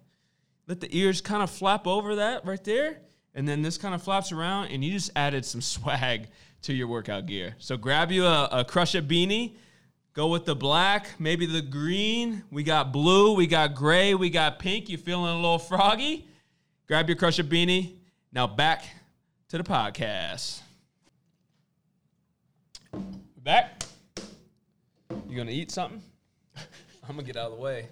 Speaker 4: Let the ears kind of flap over that right there, and then this kind of flaps around, and you just added some swag to your workout gear. So grab you a, a crush it beanie. Go with the black, maybe the green. We got blue, we got gray, we got pink. You feeling a little froggy? Grab your crusher beanie. Now back to the podcast. Back. You gonna eat something? I'm gonna get out of the way.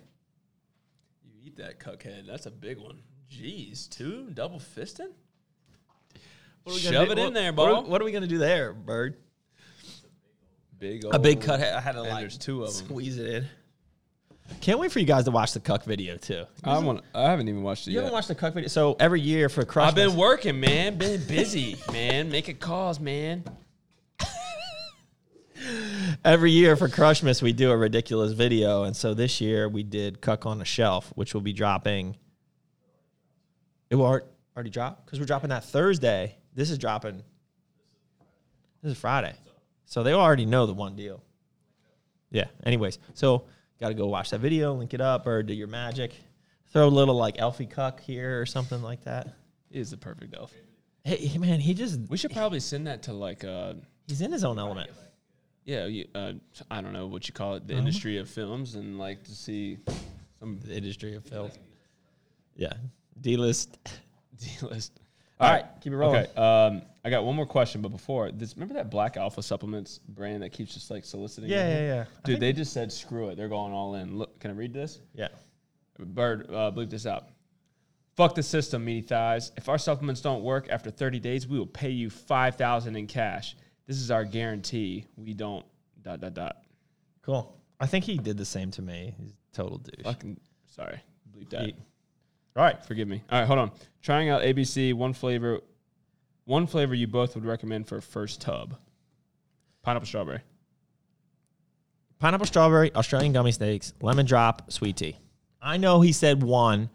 Speaker 4: You eat that cuckhead. That's a big one. Jeez, two double fisting. Shove it in there, ball.
Speaker 3: What, are we gonna do there, Bird?
Speaker 4: big
Speaker 3: A big cut. I had to
Speaker 4: and
Speaker 3: like
Speaker 4: there's two of 'em.
Speaker 3: squeeze it in. Can't wait for you guys to watch the cuck video too.
Speaker 4: I want. I haven't even watched it
Speaker 3: You
Speaker 4: yet.
Speaker 3: haven't watched the cuck video, so every year for Crush,
Speaker 4: I've been working, man. Been busy, man. Making calls, man.
Speaker 3: every year for Crushmas, we do a ridiculous video. And so this year we did Cuck on a Shelf, which will be dropping. It will al- already drop because we're dropping that Thursday. This is dropping. This is Friday. So they already know the one deal. Yeah. Anyways, so got to go watch that video, link it up, or do your magic. Throw a little like Elfie Cuck here or something like that.
Speaker 4: He is the perfect elf.
Speaker 3: Hey, man, he just,
Speaker 4: We should probably send that to like uh
Speaker 3: he's in his own element.
Speaker 4: yeah, you, uh, I don't know what you call
Speaker 3: Uh-huh.
Speaker 4: it, the industry of films, and like to see some
Speaker 3: The industry of film. Yeah. D list.
Speaker 4: D list.
Speaker 3: All right, keep it rolling.
Speaker 4: Okay, um, I got one more question, but before this, remember that Black Alpha supplements brand that keeps just like soliciting?
Speaker 3: Yeah,
Speaker 4: everything?
Speaker 3: yeah, yeah. I
Speaker 4: Dude, they just said screw it. They're going all in. Look, can I read this?
Speaker 3: Yeah.
Speaker 4: Bird, uh, bleep this out. Fuck the system, meaty thighs. If our supplements don't work after 30 days, we will pay you 5000 in cash. This is our guarantee. We don't. Dot dot dot.
Speaker 3: Cool. I think he did the same to me. He's a total douche.
Speaker 4: Fucking sorry. Bleep that.
Speaker 3: He- All right.
Speaker 4: Forgive me. All right, hold on. Trying out ABC one flavor, one flavor you both would recommend for first tub. Pineapple strawberry.
Speaker 3: Pineapple strawberry, Australian gummy steaks, lemon drop, sweet tea. I know he said one,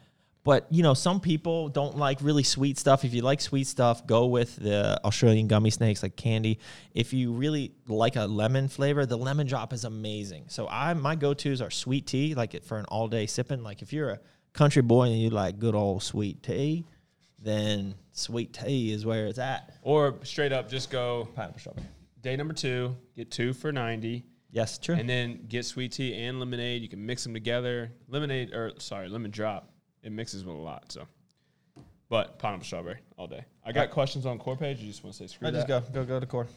Speaker 3: but you know, some people don't like really sweet stuff. If you like sweet stuff, go with the Australian gummy snakes like candy. If you really like a lemon flavor, the lemon drop is amazing. So I my go-tos are sweet tea, like it for an all-day sipping. Like if you're a country boy and you like good old sweet tea, then sweet tea is where it's at.
Speaker 4: Or straight up, just go
Speaker 3: Pineapple strawberry.
Speaker 4: day number two, get two for 90,
Speaker 3: Yes, true.
Speaker 4: and then get sweet tea and lemonade. You can mix them together. Lemonade, or sorry, lemon drop. It mixes with a lot, so. But pineapple strawberry all day. I got questions on core page. You just want to say screw
Speaker 3: I
Speaker 4: that.
Speaker 3: just go go go to core.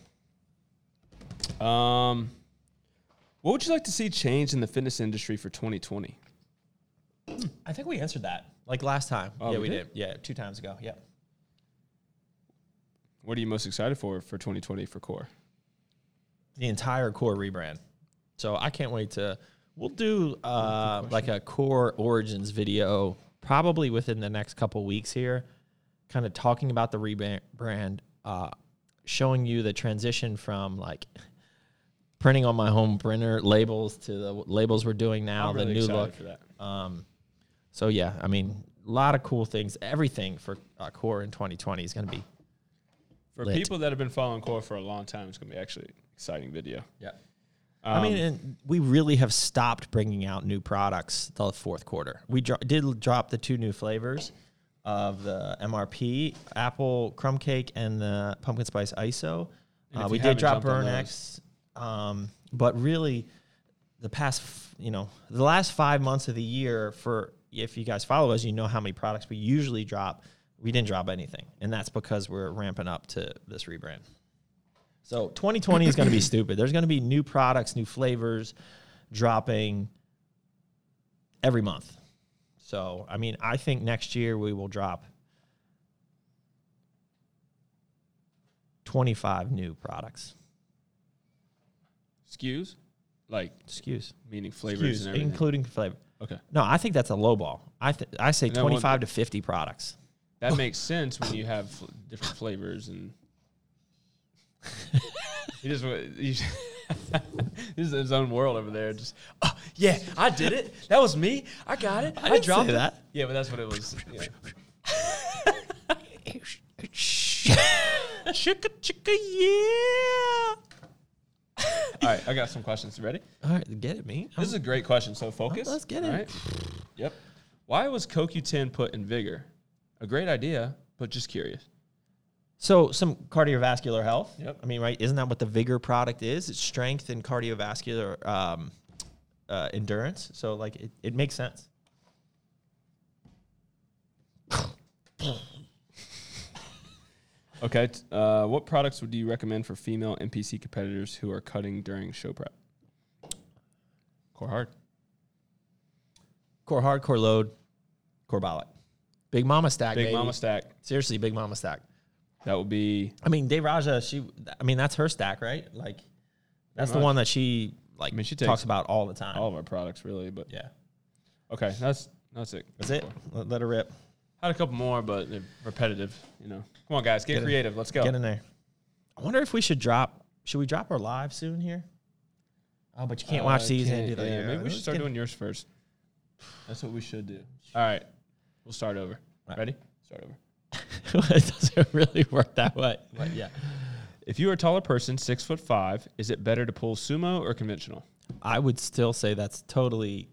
Speaker 4: Um, what would you like to see change in the fitness industry for 2020?
Speaker 3: I think we answered that like last time. yeah,
Speaker 4: we
Speaker 3: Oh, we
Speaker 4: did?
Speaker 3: did. Yeah, two times ago. Yeah.
Speaker 4: What are you most excited for for 2020 for core?
Speaker 3: the entire core rebrand. So I can't wait to. We'll do uh, like a core origins video probably within the next couple weeks here, kind of talking about the rebrand, uh, showing you the transition from like printing on my home printer labels to the labels we're doing now,
Speaker 4: I'm really
Speaker 3: the new
Speaker 4: excited
Speaker 3: look. Uh,
Speaker 4: for that.
Speaker 3: So yeah, I mean, a lot of cool things. Everything for uh, core in 2020 is going to be.
Speaker 4: For
Speaker 3: Lit.
Speaker 4: people that have been following core for a long time, it's going to be actually an exciting video.
Speaker 3: Yeah. I mean,
Speaker 4: Um,
Speaker 3: and we really have stopped bringing out new products the fourth quarter. We dro- did drop the two new flavors of the MRP apple crumb cake and the pumpkin spice ISO.
Speaker 4: if
Speaker 3: Uh,
Speaker 4: you
Speaker 3: we
Speaker 4: haven't
Speaker 3: did drop
Speaker 4: jumped on
Speaker 3: Burn X, um, but really, the past f- you know the last five months of the year for if you guys follow us, you know how many products we usually drop. We didn't drop anything, and that's because we're ramping up to this rebrand. So 2020 is going to be stupid. There's going to be new products, new flavors dropping every month. So, I mean, I think next year we will drop 25 new products.
Speaker 4: SKUs, like
Speaker 3: Excuse.
Speaker 4: meaning flavors
Speaker 3: Excuse,
Speaker 4: and everything.
Speaker 3: including flavor.
Speaker 4: okay,
Speaker 3: No, I think that's a low ball. I th- I say
Speaker 4: then one-
Speaker 3: 25 to 50 products.
Speaker 4: that makes sense when you have fl- different flavors and. he just wa- he just- he's in his own world over there. Just oh, yeah, I did it. That was me. I got it. I,
Speaker 3: didn't
Speaker 4: dropped
Speaker 3: say
Speaker 4: it.
Speaker 3: that.
Speaker 4: Yeah, but that's what it was. yeah.
Speaker 3: Chicka chicka yeah.
Speaker 4: All right, I got some questions. Ready?
Speaker 3: All right, get it, me.
Speaker 4: This is a great question. So focus.
Speaker 3: Let's get it.
Speaker 4: All Yep. Why was CoQ10 put in vigor? A great idea, but just curious.
Speaker 3: So some cardiovascular health.
Speaker 4: Yep.
Speaker 3: I mean, right? Isn't that what the Vigor product is? It's strength and cardiovascular um, uh, endurance. So like, it, it makes sense.
Speaker 4: Okay. t- uh, what products would you recommend for female NPC competitors who are cutting during show prep? Core hard.
Speaker 3: Core hard, core load, core ballot. Big Mama stack.
Speaker 4: Big
Speaker 3: baby.
Speaker 4: Mama stack.
Speaker 3: Seriously, Big Mama stack.
Speaker 4: That would be.
Speaker 3: I mean, Dave Raja. She. I mean, that's her stack, right? Like, that's the
Speaker 4: much.
Speaker 3: one that she like.
Speaker 4: I mean, she takes
Speaker 3: talks about all the time.
Speaker 4: all of our products really, but
Speaker 3: Yeah.
Speaker 4: okay, that's that's it.
Speaker 3: That's it. Let, let her rip.
Speaker 4: Had a couple more, but they're repetitive. You know, come on guys, get,
Speaker 3: in-
Speaker 4: creative. Let's go.
Speaker 3: Get in there. I wonder if we should drop. Should we drop our live soon here? Oh, but you can't watch these and do that.
Speaker 4: Uh, Yeah, maybe we
Speaker 3: Let's
Speaker 4: should start
Speaker 3: get-
Speaker 4: doing yours first. That's what we should do. All right, we'll start over. Ready? Start over.
Speaker 3: it doesn't really work that way. But yeah,
Speaker 4: If you are a taller person, six foot five, is it better to pull sumo or conventional?
Speaker 3: I would still say that's totally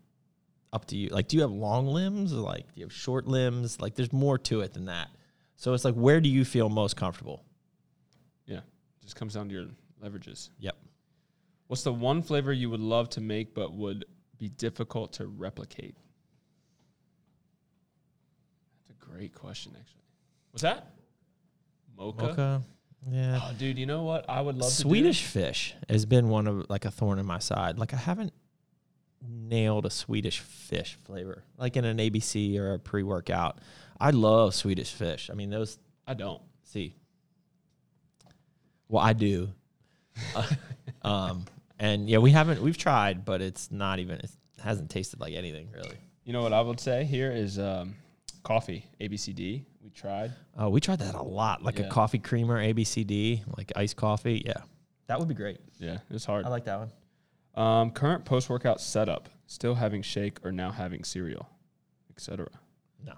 Speaker 3: up to you. Like, do you have long limbs? Or like, do you have short limbs? Like, there's more to it than that. So it's like, where do you feel most comfortable?
Speaker 4: Yeah, just comes down to your leverages.
Speaker 3: Yep.
Speaker 4: What's the one flavor you would love to make but would be difficult to replicate? That's a great question, actually. What's that? Mocha.
Speaker 3: Mocha. Yeah.
Speaker 4: Oh, dude, you know what? I would love
Speaker 3: Swedish fish has been one of like a thorn in my side. Like I haven't nailed a Swedish fish flavor, like in an ABC or a pre-workout. I love Swedish fish. I mean, those
Speaker 4: to do. I don't.
Speaker 3: see. Well, I do. Uh, um, and yeah, we haven't. We've tried, but it's not even. It hasn't tasted like anything really.
Speaker 4: You know what I would say here is um, coffee. ABCD. We tried.
Speaker 3: Oh, we tried that a lot, like
Speaker 4: Yeah.
Speaker 3: a coffee creamer, ABCD, like iced coffee. Yeah, that would be great.
Speaker 4: Yeah, it was hard.
Speaker 3: I like that one.
Speaker 4: Um, current post workout setup: still having shake or now having cereal, etc.
Speaker 3: No.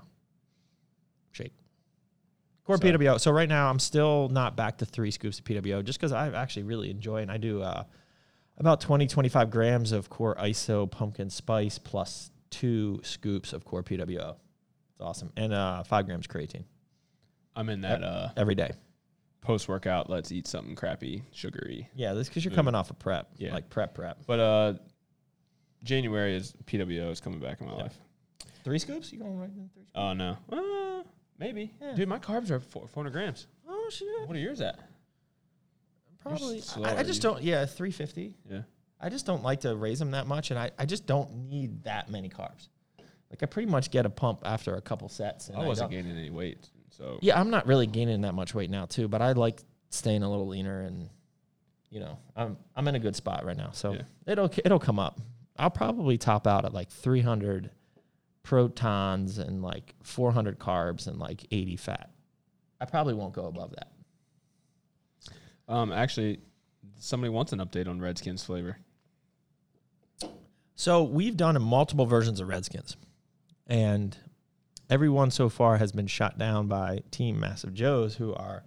Speaker 3: Shake. Core PWO. So right now I'm still not back to three scoops of PWO just because I actually really enjoy and I do uh, about 20, 25 grams of core ISO pumpkin spice plus two scoops of core PWO. It's awesome. And uh, five grams creatine
Speaker 4: I'm in that uh,
Speaker 3: every day.
Speaker 4: post workout. Let's eat something crappy, sugary.
Speaker 3: Yeah, this because you're coming off a prep.
Speaker 4: Yeah.
Speaker 3: Like prep prep.
Speaker 4: But uh, January is PWO is coming back in my life.
Speaker 3: Three scoops? You going right in three scoops?
Speaker 4: Oh no, uh, maybe, dude. My carbs are four, 400 grams.
Speaker 3: Oh shit.
Speaker 4: What are yours at?
Speaker 3: Probably.
Speaker 4: slow,
Speaker 3: I, I
Speaker 4: aren't
Speaker 3: just
Speaker 4: you?
Speaker 3: don't yeah, three fifty.
Speaker 4: Yeah,
Speaker 3: I just don't like to raise them that much, and I, I just don't need that many carbs. Like I pretty much get a pump after a couple sets. And
Speaker 4: I wasn't
Speaker 3: don't-
Speaker 4: gaining any weight, so
Speaker 3: Yeah, I'm not really gaining that much weight now too, but I like staying a little leaner, and you know, I'm I'm in a good spot right now, so
Speaker 4: Yeah.
Speaker 3: it'll it'll come up. I'll probably top out at like 300 protons and like 400 carbs and like 80 fat. I probably won't go above that.
Speaker 4: um, actually, somebody wants an update on Redskins flavor.
Speaker 3: So we've done multiple versions of Redskins, and everyone so far has been shot down by Team Massive Joes, who are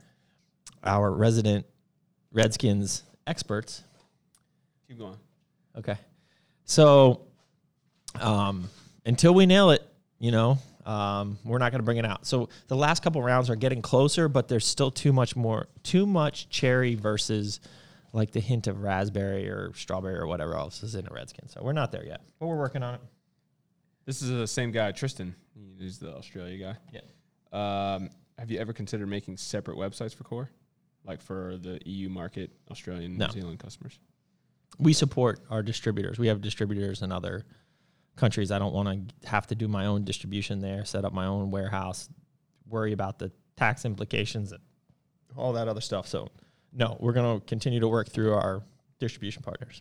Speaker 3: our resident Redskins experts.
Speaker 4: Keep going.
Speaker 3: Okay, so um, until we nail it, you know, um, we're not going to bring it out. So the last couple rounds are getting closer, but there's still too much more, too much cherry versus like the hint of raspberry or strawberry or whatever else is in a Redskin. So we're not there yet, but we're working on it.
Speaker 4: This is the same guy, Tristan. He's the Australia guy.
Speaker 3: Yeah.
Speaker 4: Um, have you ever considered making separate websites for core, like for the EU market, Australian,
Speaker 3: No.
Speaker 4: New Zealand customers?
Speaker 3: we support our distributors. We have distributors in other countries. I don't want to have to do my own distribution there, set up my own warehouse, worry about the tax implications and all that other stuff. So, no, we're going to continue to work through our distribution partners.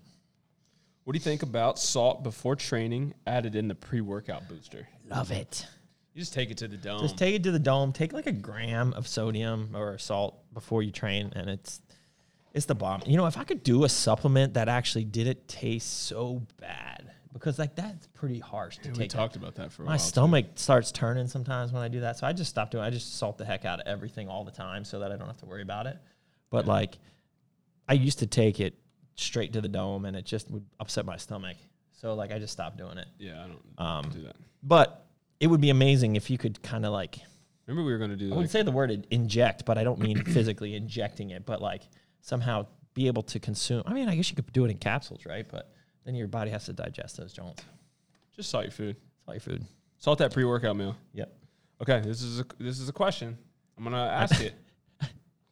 Speaker 4: What do you think about salt before training added in the pre-workout booster?
Speaker 3: Love it.
Speaker 4: You just take it to the dome.
Speaker 3: Just take it to the dome. Take like a gram of sodium or salt before you train, and it's it's the bomb. You know, if I could do a supplement that actually didn't taste so bad, because like that's pretty harsh to
Speaker 4: we
Speaker 3: take.
Speaker 4: talked about that for a
Speaker 3: My
Speaker 4: while.
Speaker 3: stomach starts turning sometimes when I do that. So I just stop doing I just salt the heck out of everything all the time so that I don't have to worry about it. But like I used to take it straight to the dome and it just would upset my stomach. So like I just stopped doing it.
Speaker 4: too. Yeah, I don't
Speaker 3: Um,
Speaker 4: do that.
Speaker 3: But it would be amazing if you could kind of like
Speaker 4: Remember we were going to do
Speaker 3: I
Speaker 4: like,
Speaker 3: wouldn't say the word in- inject, but I don't mean physically injecting it, but like somehow be able to consume. I mean, I guess you could do it in capsules, right? But then your body has to digest those joints. It's
Speaker 4: just salt your food,
Speaker 3: all your food.
Speaker 4: salt that pre-workout meal.
Speaker 3: Yep.
Speaker 4: Okay, this is a this is a question. I'm gonna ask it.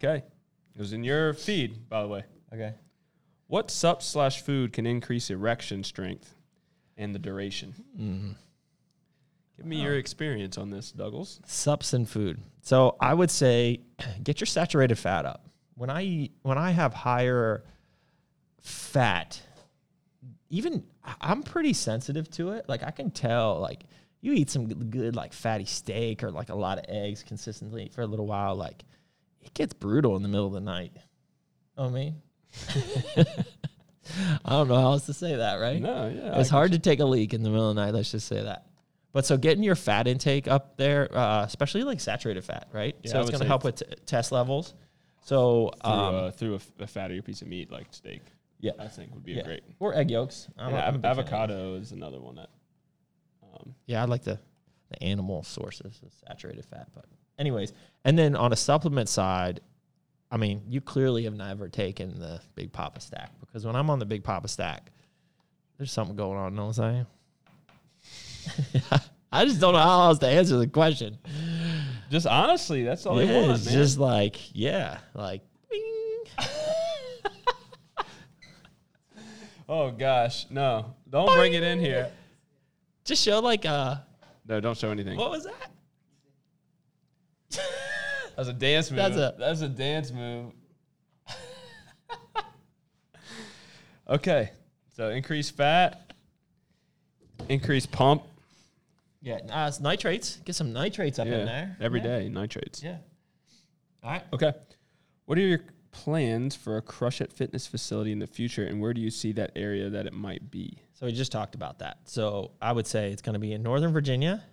Speaker 4: Okay, it was in your feed, by the way.
Speaker 3: Okay.
Speaker 4: What sup slash food can increase erection strength and the duration?
Speaker 3: Mm-hmm.
Speaker 4: Give me your experience on this, Douglas.
Speaker 3: Sups and food. So I would say get your saturated fat up. When I eat, when I have higher fat, even I- I'm pretty sensitive to it. Like I can tell like you eat some g- good like fatty steak or like a lot of eggs consistently for a little while like it gets brutal in the middle of the night. know what I mean? I don't know how else to say that, right?
Speaker 4: No, yeah,
Speaker 3: It's
Speaker 4: I
Speaker 3: hard to take a leak in the middle of the night. Let's just say that. But so getting your fat intake up there, uh, especially like saturated fat, right?
Speaker 4: I
Speaker 3: so it's
Speaker 4: would
Speaker 3: going to
Speaker 4: say
Speaker 3: help with t- test levels. So
Speaker 4: through, uh,
Speaker 3: um,
Speaker 4: a, through a, f- a fattier piece of meat like steak.
Speaker 3: Yeah.
Speaker 4: I think would be
Speaker 3: yeah.
Speaker 4: a great.
Speaker 3: or egg yolks. I'm,
Speaker 4: And
Speaker 3: I'm a
Speaker 4: av-
Speaker 3: big fan of egg
Speaker 4: avocado is another one that.
Speaker 3: Yeah, I like the the animal sources of saturated fat. But anyways, and then on a supplement side, I mean, you clearly have never taken the Big Papa stack because when I'm on the Big Papa stack, there's something going on. You know what I'm saying? I just don't know how else to answer the question.
Speaker 4: Just honestly, that's all
Speaker 3: Oh, Yeah,
Speaker 4: they want,
Speaker 3: it's
Speaker 4: man.
Speaker 3: just like yeah, like bing.
Speaker 4: oh gosh, no! Don't bring it in here.
Speaker 3: just show like uh,
Speaker 4: No, don't show anything.
Speaker 3: what was that?
Speaker 4: That's a dance move.
Speaker 3: That's
Speaker 4: That's
Speaker 3: a-
Speaker 4: a dance move. okay, so increase fat, increase pump.
Speaker 3: Yeah, uh, it's nitrates. Get some nitrates up in
Speaker 4: Yeah,
Speaker 3: there
Speaker 4: every
Speaker 3: Yeah.
Speaker 4: day nitrates.
Speaker 3: Yeah. All right.
Speaker 4: Okay, what are your plans for a Crush It Fitness facility in the future, and where do you see that area that it might be?
Speaker 3: So we just talked about that. So I would say it's going to be in Northern Virginia,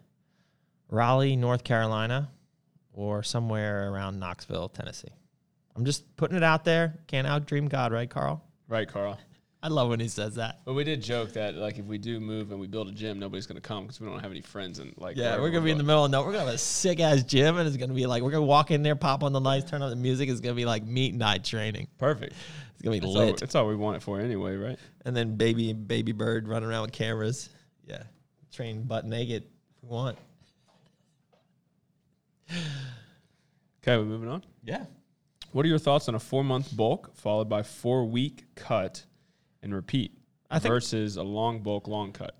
Speaker 3: Raleigh, North Carolina, or somewhere around Knoxville, Tennessee. I'm just putting it out there. Can't outdream God, right, Carl?
Speaker 4: Right, Carl.
Speaker 3: I love when he says that.
Speaker 4: But we did joke that like if we do move and we build a gym, nobody's gonna come because we don't have any friends and like.
Speaker 3: Yeah,
Speaker 4: wherever
Speaker 3: we're gonna be in the
Speaker 4: going.
Speaker 3: middle of nowhere. We're gonna have a sick ass gym, and it's gonna be like we're gonna walk in there, pop on the lights, turn on the music. It's gonna be like meet night training.
Speaker 4: perfect.
Speaker 3: It's gonna be
Speaker 4: That's all,
Speaker 3: lit,
Speaker 4: that's all we want it for anyway, right?
Speaker 3: and then baby baby bird running around with cameras. Yeah, train butt naked if we want.
Speaker 4: Okay, we're moving on.
Speaker 3: Yeah,
Speaker 4: What are your thoughts on a four month bulk followed by four week cut and repeat
Speaker 3: I think-
Speaker 4: versus a long bulk, long cut?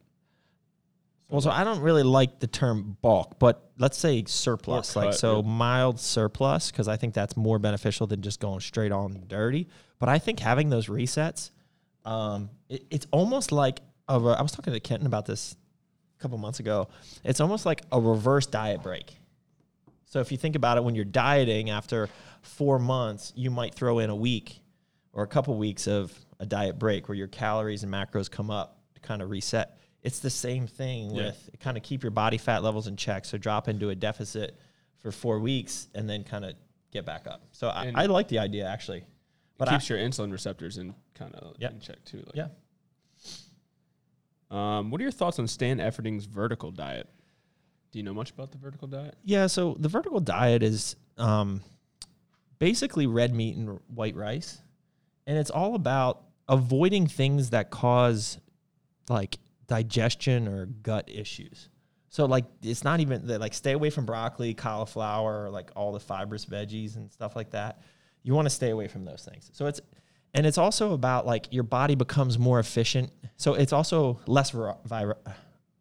Speaker 3: Well, so I don't really like the term bulk, but let's say surplus,
Speaker 4: Or
Speaker 3: like
Speaker 4: cut,
Speaker 3: so
Speaker 4: yeah.
Speaker 3: mild surplus, because I think that's more beneficial than just going straight on dirty. But I think having those resets, um, it, it's almost like of a, I was talking to Kenton about this a couple months ago. It's almost like a reverse diet break. So if you think about it, when you're dieting after four months, you might throw in a week or a couple weeks of a diet break where your calories and macros come up to kind of reset. It's the same thing with kind of keep your body fat levels in check. So drop into a deficit for four weeks and then kind of get back up. So I,
Speaker 4: And-
Speaker 3: I like the idea actually. But
Speaker 4: But
Speaker 3: I-
Speaker 4: keeps your insulin receptors in kind of
Speaker 3: Yep.
Speaker 4: in check too. Like,
Speaker 3: Yeah.
Speaker 4: Um, what are your thoughts on Stan Efferding's vertical diet? Do you know much about the vertical diet?
Speaker 3: Yeah, so the vertical diet is um, basically red meat and r- white rice, and it's all about avoiding things that cause like digestion or gut issues. So like it's not even that like stay away from broccoli, cauliflower, like all the fibrous veggies and stuff like that. You want to stay away from those things. So it's and it's also about like your body becomes more efficient. So it's also less var- vir-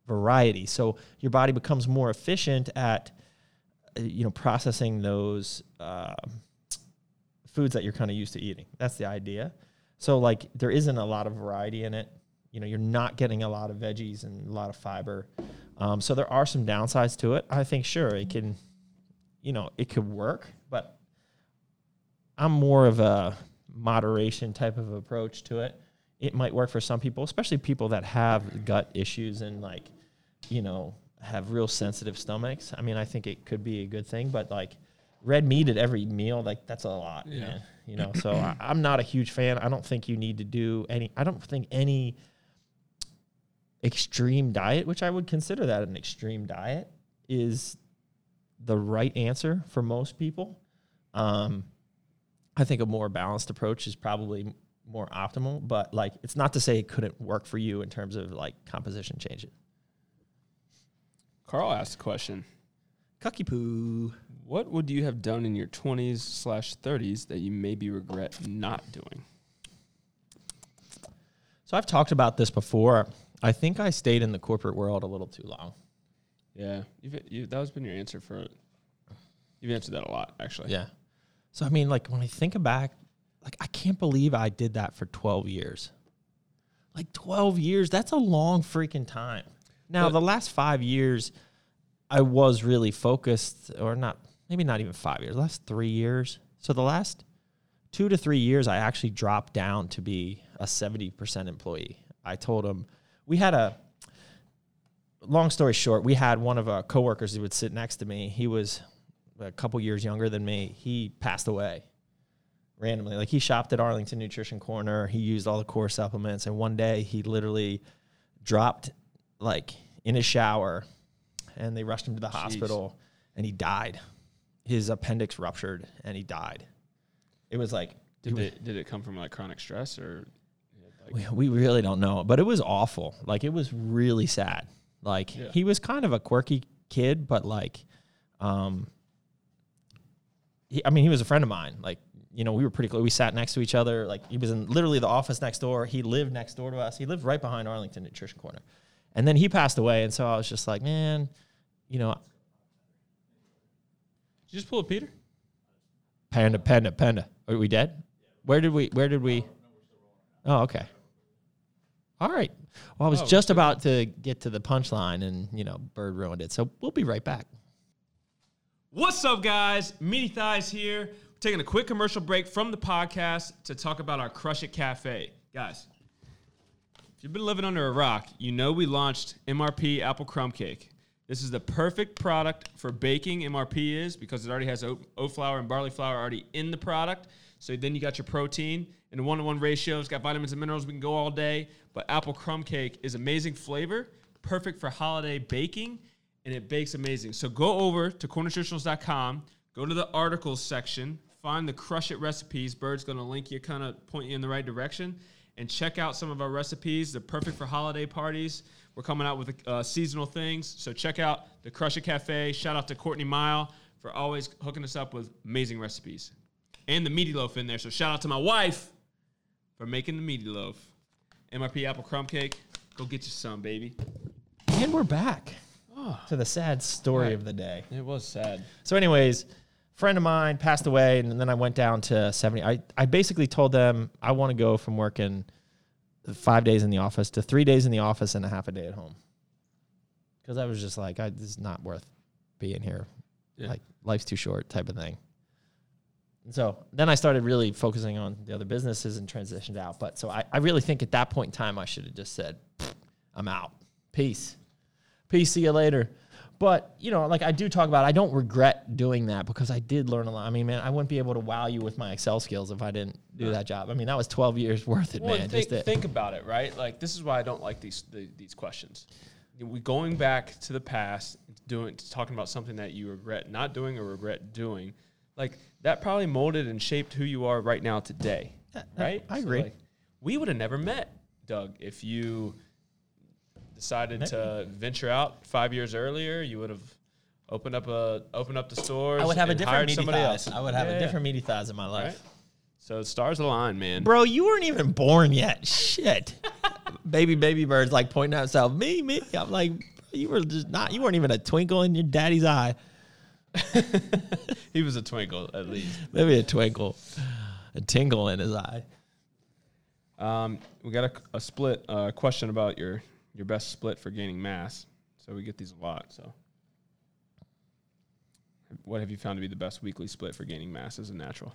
Speaker 3: variety. So your body becomes more efficient at uh, you know processing those um foods that you're kind of used to eating. That's the idea. So like there isn't a lot of variety in it. You know, you're not getting a lot of veggies and a lot of fiber. Um, so there are some downsides to it. I think sure it can, you know, it could work, but I'm more of a moderation type of approach to it. It might work for some people, especially people that have gut issues and like, you know, have real sensitive stomachs. I mean, I think it could be a good thing, but like red meat at every meal, like that's a lot. Yeah. You know, so I, I'm not a huge fan. I don't think you need to do any, I don't think any extreme diet, which I would consider that an extreme diet, is the right answer for most people. Um, I think a more balanced approach is probably more optimal, but like it's not to say it couldn't work for you in terms of like composition changes.
Speaker 4: Carl asked a question.
Speaker 3: Cucky poo.
Speaker 4: What would you have done in your 20s slash 30s that you maybe regret not doing?
Speaker 3: So I've talked about this before. I think I stayed in the corporate world a little too long.
Speaker 4: Yeah, you've, you, that has been your answer for. You've answered that a lot, actually.
Speaker 3: Yeah. So I mean, like when I think back, like I can't believe I did that for 12 years. Like 12 years, that's a long freaking time. Now,
Speaker 4: But-
Speaker 3: the last 5 years I was really focused or not maybe not even 5 years, last 3 years. So the last two to three years, I actually dropped down to be a 70% employee. I told him, we had a, long story short, we had one of our coworkers who would sit next to me. He was a couple years younger than me. He passed away randomly. Like he shopped at Arlington Nutrition Corner. He used all the core supplements. And one day he literally dropped like in his shower and they rushed him to the hospital and he died. His appendix ruptured and he died. It was like,
Speaker 4: Did,
Speaker 3: it was-
Speaker 4: they, did it come from like chronic stress or? Like,
Speaker 3: we, we really don't know, but it was awful. Like it was really sad. Like he was kind of a quirky kid, but like, um, he, I mean, he was a friend of mine. Like, you know, we were pretty close. We sat next to each other. Like he was in literally the office next door. He lived next door to us. He lived right behind Arlington Nutrition Corner. And then he passed away. And so I was just like, man, you know,
Speaker 4: did you just pull a Peter?
Speaker 3: Panda, panda, panda. Are we dead? Where did we? Where did we? Oh, okay. All right. Well, I was just about to get to the punchline, and you know, Bird ruined it. So we'll be right back.
Speaker 4: What's up, guys? Meaty Thighs here. We're taking a quick commercial break from the podcast to talk about our Crush It Cafe. Guys, if you've been living under a rock, you know we launched MRP Apple Crumb Cake. This is the perfect product for baking, MRP is, because it already has oat, oat flour and barley flour already in the product. So then you got your protein and one to one ratio. It's got vitamins and minerals. We can go all day. But Apple Crumb Cake is amazing flavor, perfect for holiday baking and it bakes amazing. So go over to cornutritionals.com, go to the articles section, find the crush it recipes. Bird's going to link you, kind of point you in the right direction, and check out some of our recipes. They're perfect for holiday parties. We're coming out with uh, seasonal things. So check out the Crush It Cafe. Shout out to Courtney Mile for always hooking us up with amazing recipes. And the meaty loaf in there. So shout out to my wife for making the meaty loaf. MRP apple crumb cake. Go get you some, baby.
Speaker 3: And we're back to the sad story of the day.
Speaker 4: It was sad.
Speaker 3: So, anyways, friend of mine passed away, and then I went down to seventy. I I basically told them I want to go from working five days in the office to three days in the office and a half a day at home, because I was just like, I, this is not worth being here. Like life's too short, type of thing. And so then I started really focusing on the other businesses and transitioned out. But so I, I really think at that point in time I should have just said, I'm out. Peace. Peace. See you later. But you know, like I do talk about, I don't regret doing that because I did learn a lot. I mean, man, I wouldn't be able to wow you with my Excel skills if I didn't do that job. I mean, that was 12 years worth it,
Speaker 4: Well,
Speaker 3: man.
Speaker 4: think,
Speaker 3: just it.
Speaker 4: think about it, right? Like this is why I don't like these the, these questions. We going back to the past, doing talking about something that you regret not doing or regret doing, like that probably molded and shaped who you are right now today, right?
Speaker 3: Uh, I agree.
Speaker 4: like, we would have never met, Doug, if you decided to venture out five years earlier. You would have opened up a opened up the stores.
Speaker 3: I would have a
Speaker 4: and
Speaker 3: different
Speaker 4: hired
Speaker 3: meaty
Speaker 4: somebody
Speaker 3: thighs.
Speaker 4: else.
Speaker 3: I would have
Speaker 4: Yeah,
Speaker 3: a different meaty thighs in my
Speaker 4: yeah,
Speaker 3: life.
Speaker 4: Right? So stars align, man.
Speaker 3: Bro, you weren't even born yet. Shit. baby, baby bird's like pointing at himself. Me, me. I'm like, you were just not, you weren't even a twinkle in your daddy's eye.
Speaker 4: He was a twinkle at least.
Speaker 3: Maybe a twinkle, a tingle in his eye.
Speaker 4: Um, we got a, a split uh, question about your your best split for gaining mass. So we get these a lot. So, what have you found to be the best weekly split for gaining mass as a natural?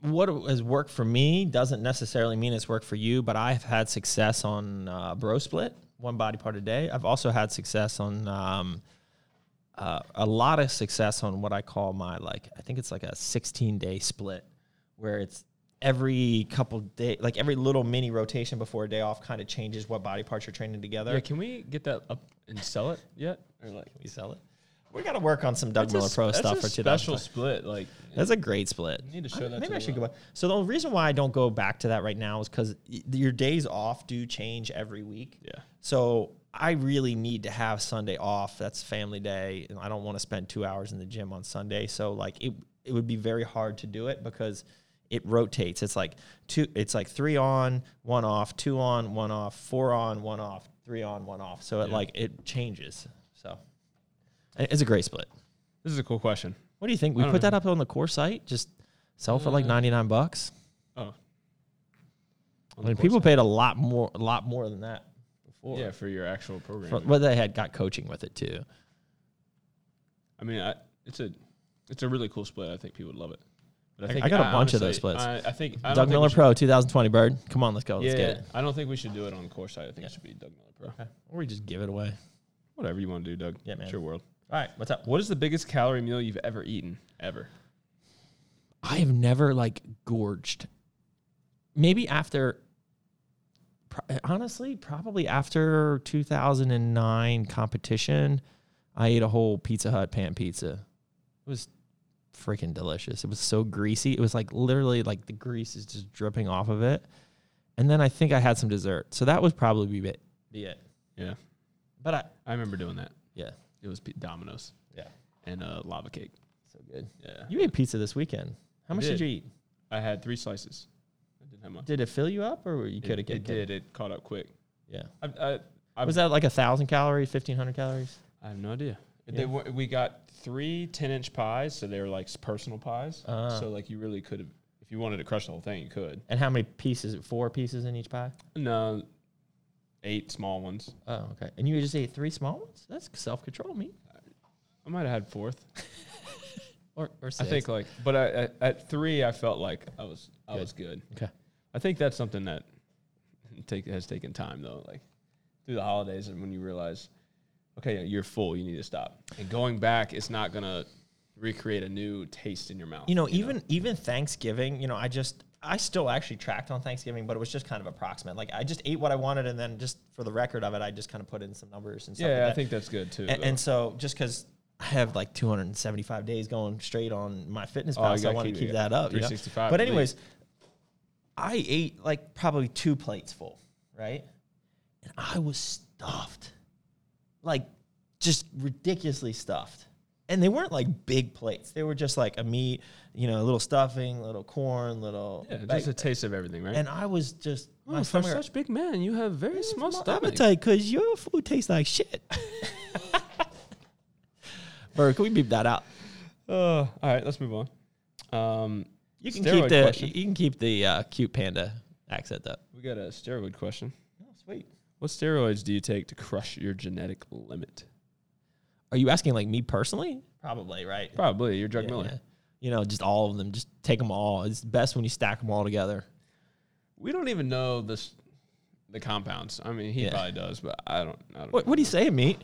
Speaker 3: What has worked for me doesn't necessarily mean it's worked for you, but I've had success on uh, bro split, one body part a day. I've also had success on um, uh, a lot of success on what I call my like I think it's like a 16 day split where it's every couple day like every little mini rotation before a day off kind of changes what body parts you're training together.
Speaker 4: Yeah, can we get that up and sell it yet? Or like
Speaker 3: we sell it. We got to work on some Doug Miller Pro stuff for 2020.
Speaker 4: special split. Like
Speaker 3: That's a great split.
Speaker 4: need to show that
Speaker 3: Maybe
Speaker 4: to
Speaker 3: I
Speaker 4: the uh,
Speaker 3: should go back. So the reason why I don't go back to that right now is because your days off do change every week.
Speaker 4: Yeah.
Speaker 3: So I really need to have Sunday off. That's family day, and I don't want to spend two hours in the gym on Sunday. So like it, it would be very hard to do it because it rotates. It's like two. It's like three on, one off, two on, one off, four on, one off, three on, one off. So it like it changes. So it- it's a great split.
Speaker 4: this is a cool question.
Speaker 3: What do you think? We
Speaker 4: don't
Speaker 3: put that up on the core site, just sell for like ninety nine bucks.
Speaker 4: Oh,
Speaker 3: I mean, people paid a lot more, a lot more than that before.
Speaker 4: yeah, for your actual program.
Speaker 3: But what they had got coaching with it too.
Speaker 4: I mean, I, it's a it's a really cool split. I think people would love it. But
Speaker 3: I- I got a bunch of those splits.
Speaker 4: I, I think I
Speaker 3: Doug
Speaker 4: don't think we
Speaker 3: Miller
Speaker 4: should-
Speaker 3: Pro 2020, bird. Come on, let's go. Let's
Speaker 4: Yeah,
Speaker 3: get it.
Speaker 4: I don't think we should do it on course side. I think it should be Doug Miller Pro.
Speaker 3: Or we just give it away.
Speaker 4: Whatever you want to do, Doug.
Speaker 3: Yeah, man. Uh,
Speaker 4: It's your world.
Speaker 3: All right, what's up?
Speaker 4: What is the biggest calorie meal you've ever eaten? Ever?
Speaker 3: I have never like gorged. Maybe after, pro- honestly, probably after 2009 competition, I ate a whole Pizza Hut pan pizza. It was freaking delicious. It was so greasy. It was like literally like the grease is just dripping off of it. And then I think I had some dessert. So that would probably be it. Be it.
Speaker 4: Yeah,
Speaker 3: But I,
Speaker 4: I remember doing that.
Speaker 3: yeah,
Speaker 4: It was p- Domino's
Speaker 3: yeah,
Speaker 4: and a lava cake.
Speaker 3: so good.
Speaker 4: Yeah,
Speaker 3: You ate pizza this weekend. How much did.
Speaker 4: did.
Speaker 3: you eat?
Speaker 4: I had three slices. I didn't have much.
Speaker 3: Did it fill you up, or were you could
Speaker 4: it,
Speaker 3: have
Speaker 4: it did. It caught up quick.
Speaker 3: Yeah.
Speaker 4: I, I, I,
Speaker 3: Was that like a thousand calories, fifteen hundred calories?
Speaker 4: I have no idea.
Speaker 3: Yeah.
Speaker 4: They were, we got three 10 inch pies, so they were like s- personal pies.
Speaker 3: Ah.
Speaker 4: so like you really could have, if you wanted to crush the whole thing, you could.
Speaker 3: And how many pieces? Four pieces in each pie.
Speaker 4: No, eight small ones.
Speaker 3: Oh, okay. And you just ate three small ones. That's self control, me.
Speaker 4: I might have had fourth.
Speaker 3: Or or
Speaker 4: I
Speaker 3: six.
Speaker 4: think like, but I, at, at three, I felt like I was I
Speaker 3: Good.
Speaker 4: was good.
Speaker 3: Okay.
Speaker 4: I think that's something that take has taken time though, like through the holidays and when you realize, okay, you're full, you need to stop. And going back is not gonna recreate a new taste in your mouth.
Speaker 3: You know, even even Thanksgiving. You know, I just I still actually tracked on Thanksgiving, but it was just kind of approximate. Like I just ate what I wanted, and then just for the record of it, I just kind of put in some numbers and stuff. like
Speaker 4: yeah, I
Speaker 3: that.
Speaker 4: think that's good too.
Speaker 3: And,
Speaker 4: though.
Speaker 3: and so just because I have like 275 days going straight on my fitness
Speaker 4: Oh, you
Speaker 3: pass, I
Speaker 4: gotta
Speaker 3: want to
Speaker 4: keep it,
Speaker 3: keep
Speaker 4: yeah.
Speaker 3: that up. you know?
Speaker 4: 365
Speaker 3: But
Speaker 4: at
Speaker 3: anyways, I ate like probably two plates full, right? And I was stuffed, like just ridiculously stuffed. And they weren't like big plates. They were just like a meat, you know, a little stuffing, little corn, little.
Speaker 4: Yeah,
Speaker 3: like-
Speaker 4: just a taste of everything, right?
Speaker 3: and I was just my
Speaker 4: Oh, for
Speaker 3: stomach.
Speaker 4: such big man, you have very small stomach.
Speaker 3: because your food tastes like shit. Bro, can we beep that out?
Speaker 4: Uh, all right, let's move on. Um,
Speaker 3: You can
Speaker 4: Steroid
Speaker 3: keep the
Speaker 4: question.
Speaker 3: you can keep the uh, cute panda accent up.
Speaker 4: we got a steroid question.
Speaker 3: Oh, sweet.
Speaker 4: What steroids do you take to crush your genetic limit?
Speaker 3: Are you asking like me personally? Probably, right?
Speaker 4: Probably your drug Miller.
Speaker 3: You know, just all of them. Just take them all. It's best when you stack them all together.
Speaker 4: We don't even know this, the compounds. I mean, he
Speaker 3: Yeah.
Speaker 4: probably does, but I don't. I don't
Speaker 3: What What are you saying, meat?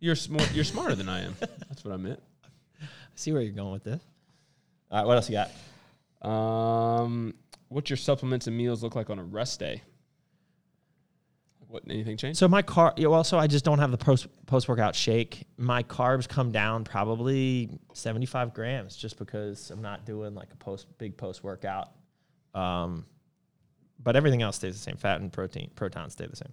Speaker 4: You're smart. You're smarter than I am. That's what I meant.
Speaker 3: I see where you're going with this. All right, what else you got?
Speaker 4: Um, what's your supplements and meals look like on a rest day? What anything change?
Speaker 3: So my car, yeah, well, so I just don't have the post post workout shake. My carbs come down probably seventy five grams, just because I'm not doing like a post big post workout. Um, but everything else stays the same. Fat and protein protons stay the same.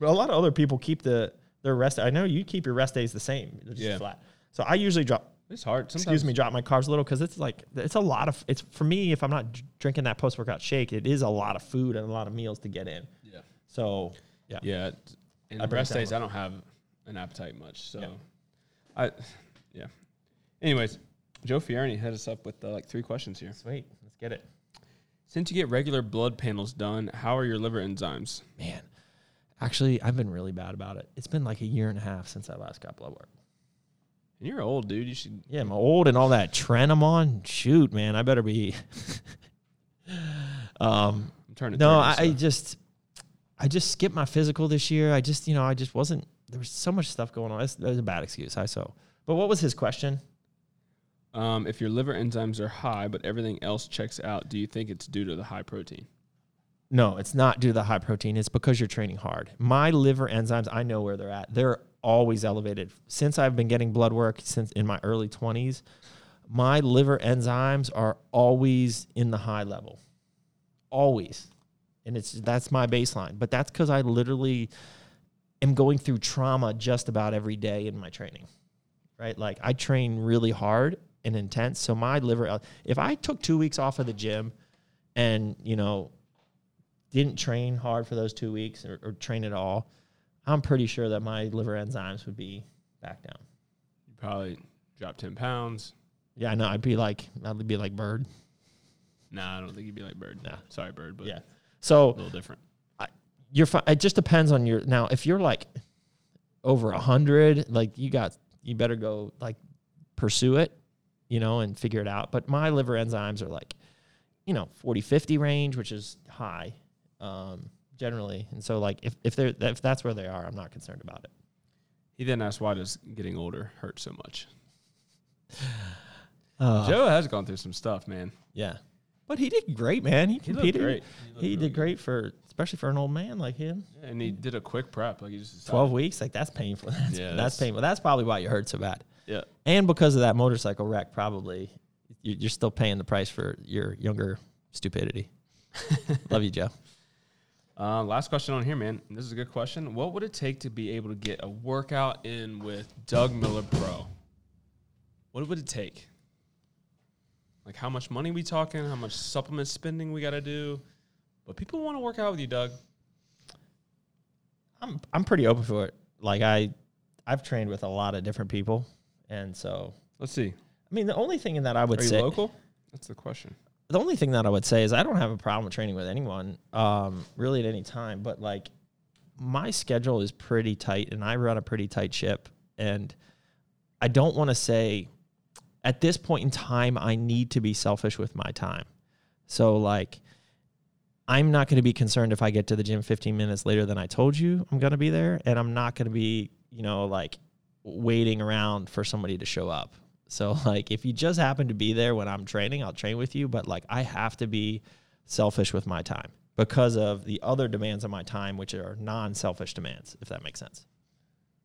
Speaker 3: But a lot of other people keep the their rest. I know you keep your rest days the same. They're just
Speaker 4: Yeah.
Speaker 3: flat. So I usually drop.
Speaker 4: it's hard. Sometimes
Speaker 3: Excuse me, drop my carbs a little because it's like it's a lot of it's for me. If I'm not dr- drinking that post workout shake, it is a lot of food and a lot of meals to get in.
Speaker 4: Yeah.
Speaker 3: So yeah,
Speaker 4: Yeah, it's- and
Speaker 3: break
Speaker 4: rest
Speaker 3: down
Speaker 4: days I don't have an appetite much, so I, yeah. Anyways, Joe Fierni hit us up with uh, like three questions here.
Speaker 3: sweet. Let's get it.
Speaker 4: Since you get regular blood panels done, how are your liver enzymes?
Speaker 3: man, actually, I've been really bad about it. It's been like a year and a half since I last got blood work.
Speaker 4: And you're old, dude. You should.
Speaker 3: Yeah, I'm old and all that trend I'm on. Shoot, man, I better be. um,
Speaker 4: I'm turning.
Speaker 3: no,
Speaker 4: 30,
Speaker 3: I, I
Speaker 4: so-
Speaker 3: just, I just skipped my physical this year. I just, you know, I just wasn't. There was so much stuff going on. That's, that's a bad excuse. I so. But what was his question?
Speaker 4: um, if your liver enzymes are high, but everything else checks out, do you think it's due to the high protein?
Speaker 3: No, it's not due to the high protein. It's because you're training hard. My liver enzymes, I know where they're at. They're always elevated. Since I've been getting blood work since in my early 20s, my liver enzymes are always in the high level. Always. And it's that's my baseline. But that's cuz I literally am going through trauma just about every day in my training. Right? Like I train really hard and intense. So my liver if I took 2 weeks off of the gym and, you know, didn't train hard for those two weeks or, or train at all, I'm pretty sure that my liver enzymes would be back down.
Speaker 4: You probably drop ten pounds.
Speaker 3: Yeah, I know. I'd be like, I'd be like bird.
Speaker 4: Nah, I don't think you'd be like Bird. Nah. Sorry, Bird, but
Speaker 3: Yeah.
Speaker 4: a
Speaker 3: So
Speaker 4: little different.
Speaker 3: you're fine. It just depends on your. Now, if you're like over a hundred, like you got, you better go like pursue it. you know, and figure it out. But my liver enzymes are like, you know, 40, 50 range, which is high um, generally. And so, like, if, if, they're, if that's where they are, I'm not concerned about it.
Speaker 4: He then asked, "Why does getting older hurt so much?" Joe has gone through some stuff, man.
Speaker 3: Yeah. But he did great, man. He
Speaker 4: looked
Speaker 3: competed. He,
Speaker 4: great. He
Speaker 3: did great for, especially for an old man like him.
Speaker 4: And he did a quick prep, like he just decided-
Speaker 3: 12 weeks, like that's painful. That's,
Speaker 4: Yeah,
Speaker 3: that's,
Speaker 4: that's-
Speaker 3: painful. That's probably why you hurt so bad.
Speaker 4: Yeah,
Speaker 3: And because of that motorcycle wreck, probably you- you're still paying the price for your younger stupidity. Love you, Joe.
Speaker 4: Uh, last question on here, man. This is a good question. What would it take to be able to get a workout in with Doug Miller Pro? What would it take? Like how much money we talking? How much supplement spending we got to do? But people want to work out with you, Doug.
Speaker 3: I'm I'm pretty open for it. Like I I've trained with a lot of different people. And so
Speaker 4: Let's see.
Speaker 3: I mean the only thing that I would
Speaker 4: Are you
Speaker 3: say
Speaker 4: local? That's the question.
Speaker 3: the only thing that I would say is I don't have a problem with training with anyone, um, really at any time. But like, my schedule is pretty tight, and I run a pretty tight ship, and I don't want to say at this point in time I need to be selfish with my time. So like, I'm not going to be concerned if I get to the gym 15 minutes later than I told you I'm going to be there, and I'm not going to be you know like waiting around for somebody to show up. So like if you just happen to be there when I'm training, I'll train with you, but like I have to be selfish with my time because of the other demands on my time which are non-selfish demands if that makes sense.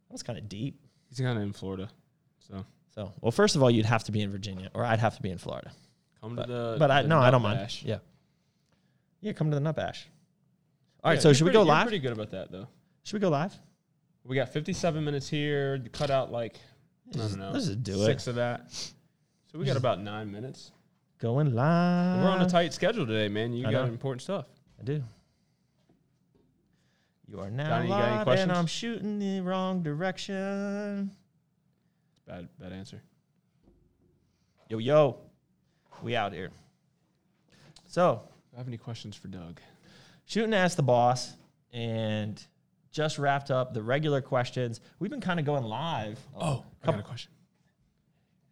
Speaker 3: That was kind of deep.
Speaker 4: He's kind of in Florida, so
Speaker 3: So, well first of all, you'd have to be in Virginia or I'd have to be in Florida.
Speaker 4: come
Speaker 3: But,
Speaker 4: to the.
Speaker 3: but I
Speaker 4: the
Speaker 3: no, I
Speaker 4: Nut
Speaker 3: don't mind.
Speaker 4: Bash.
Speaker 3: Yeah. Yeah, come to the nut bash. All right,
Speaker 4: Yeah,
Speaker 3: so
Speaker 4: you're
Speaker 3: should we
Speaker 4: pretty-
Speaker 3: go
Speaker 4: you're
Speaker 3: live?
Speaker 4: Pretty good about that though.
Speaker 3: should we go live?
Speaker 4: We got 57 minutes here. to Cut out like I
Speaker 3: Let's-
Speaker 4: don't know.
Speaker 3: let's just do it.
Speaker 4: six of that. So we got about nine minutes.
Speaker 3: Going live.
Speaker 4: We're on a tight schedule today, man. You
Speaker 3: I
Speaker 4: got
Speaker 3: know.
Speaker 4: important stuff.
Speaker 3: I do. You are now
Speaker 4: Donnie, you got any
Speaker 3: live,
Speaker 4: questions?
Speaker 3: and I'm shooting the wrong direction.
Speaker 4: Bad, bad answer.
Speaker 3: Yo, yo, we out here. So,
Speaker 4: Do I have any questions for Doug?
Speaker 3: shooting ask the boss, and just wrapped up the regular questions. We've been kind of going live.
Speaker 4: Oh, I got a question,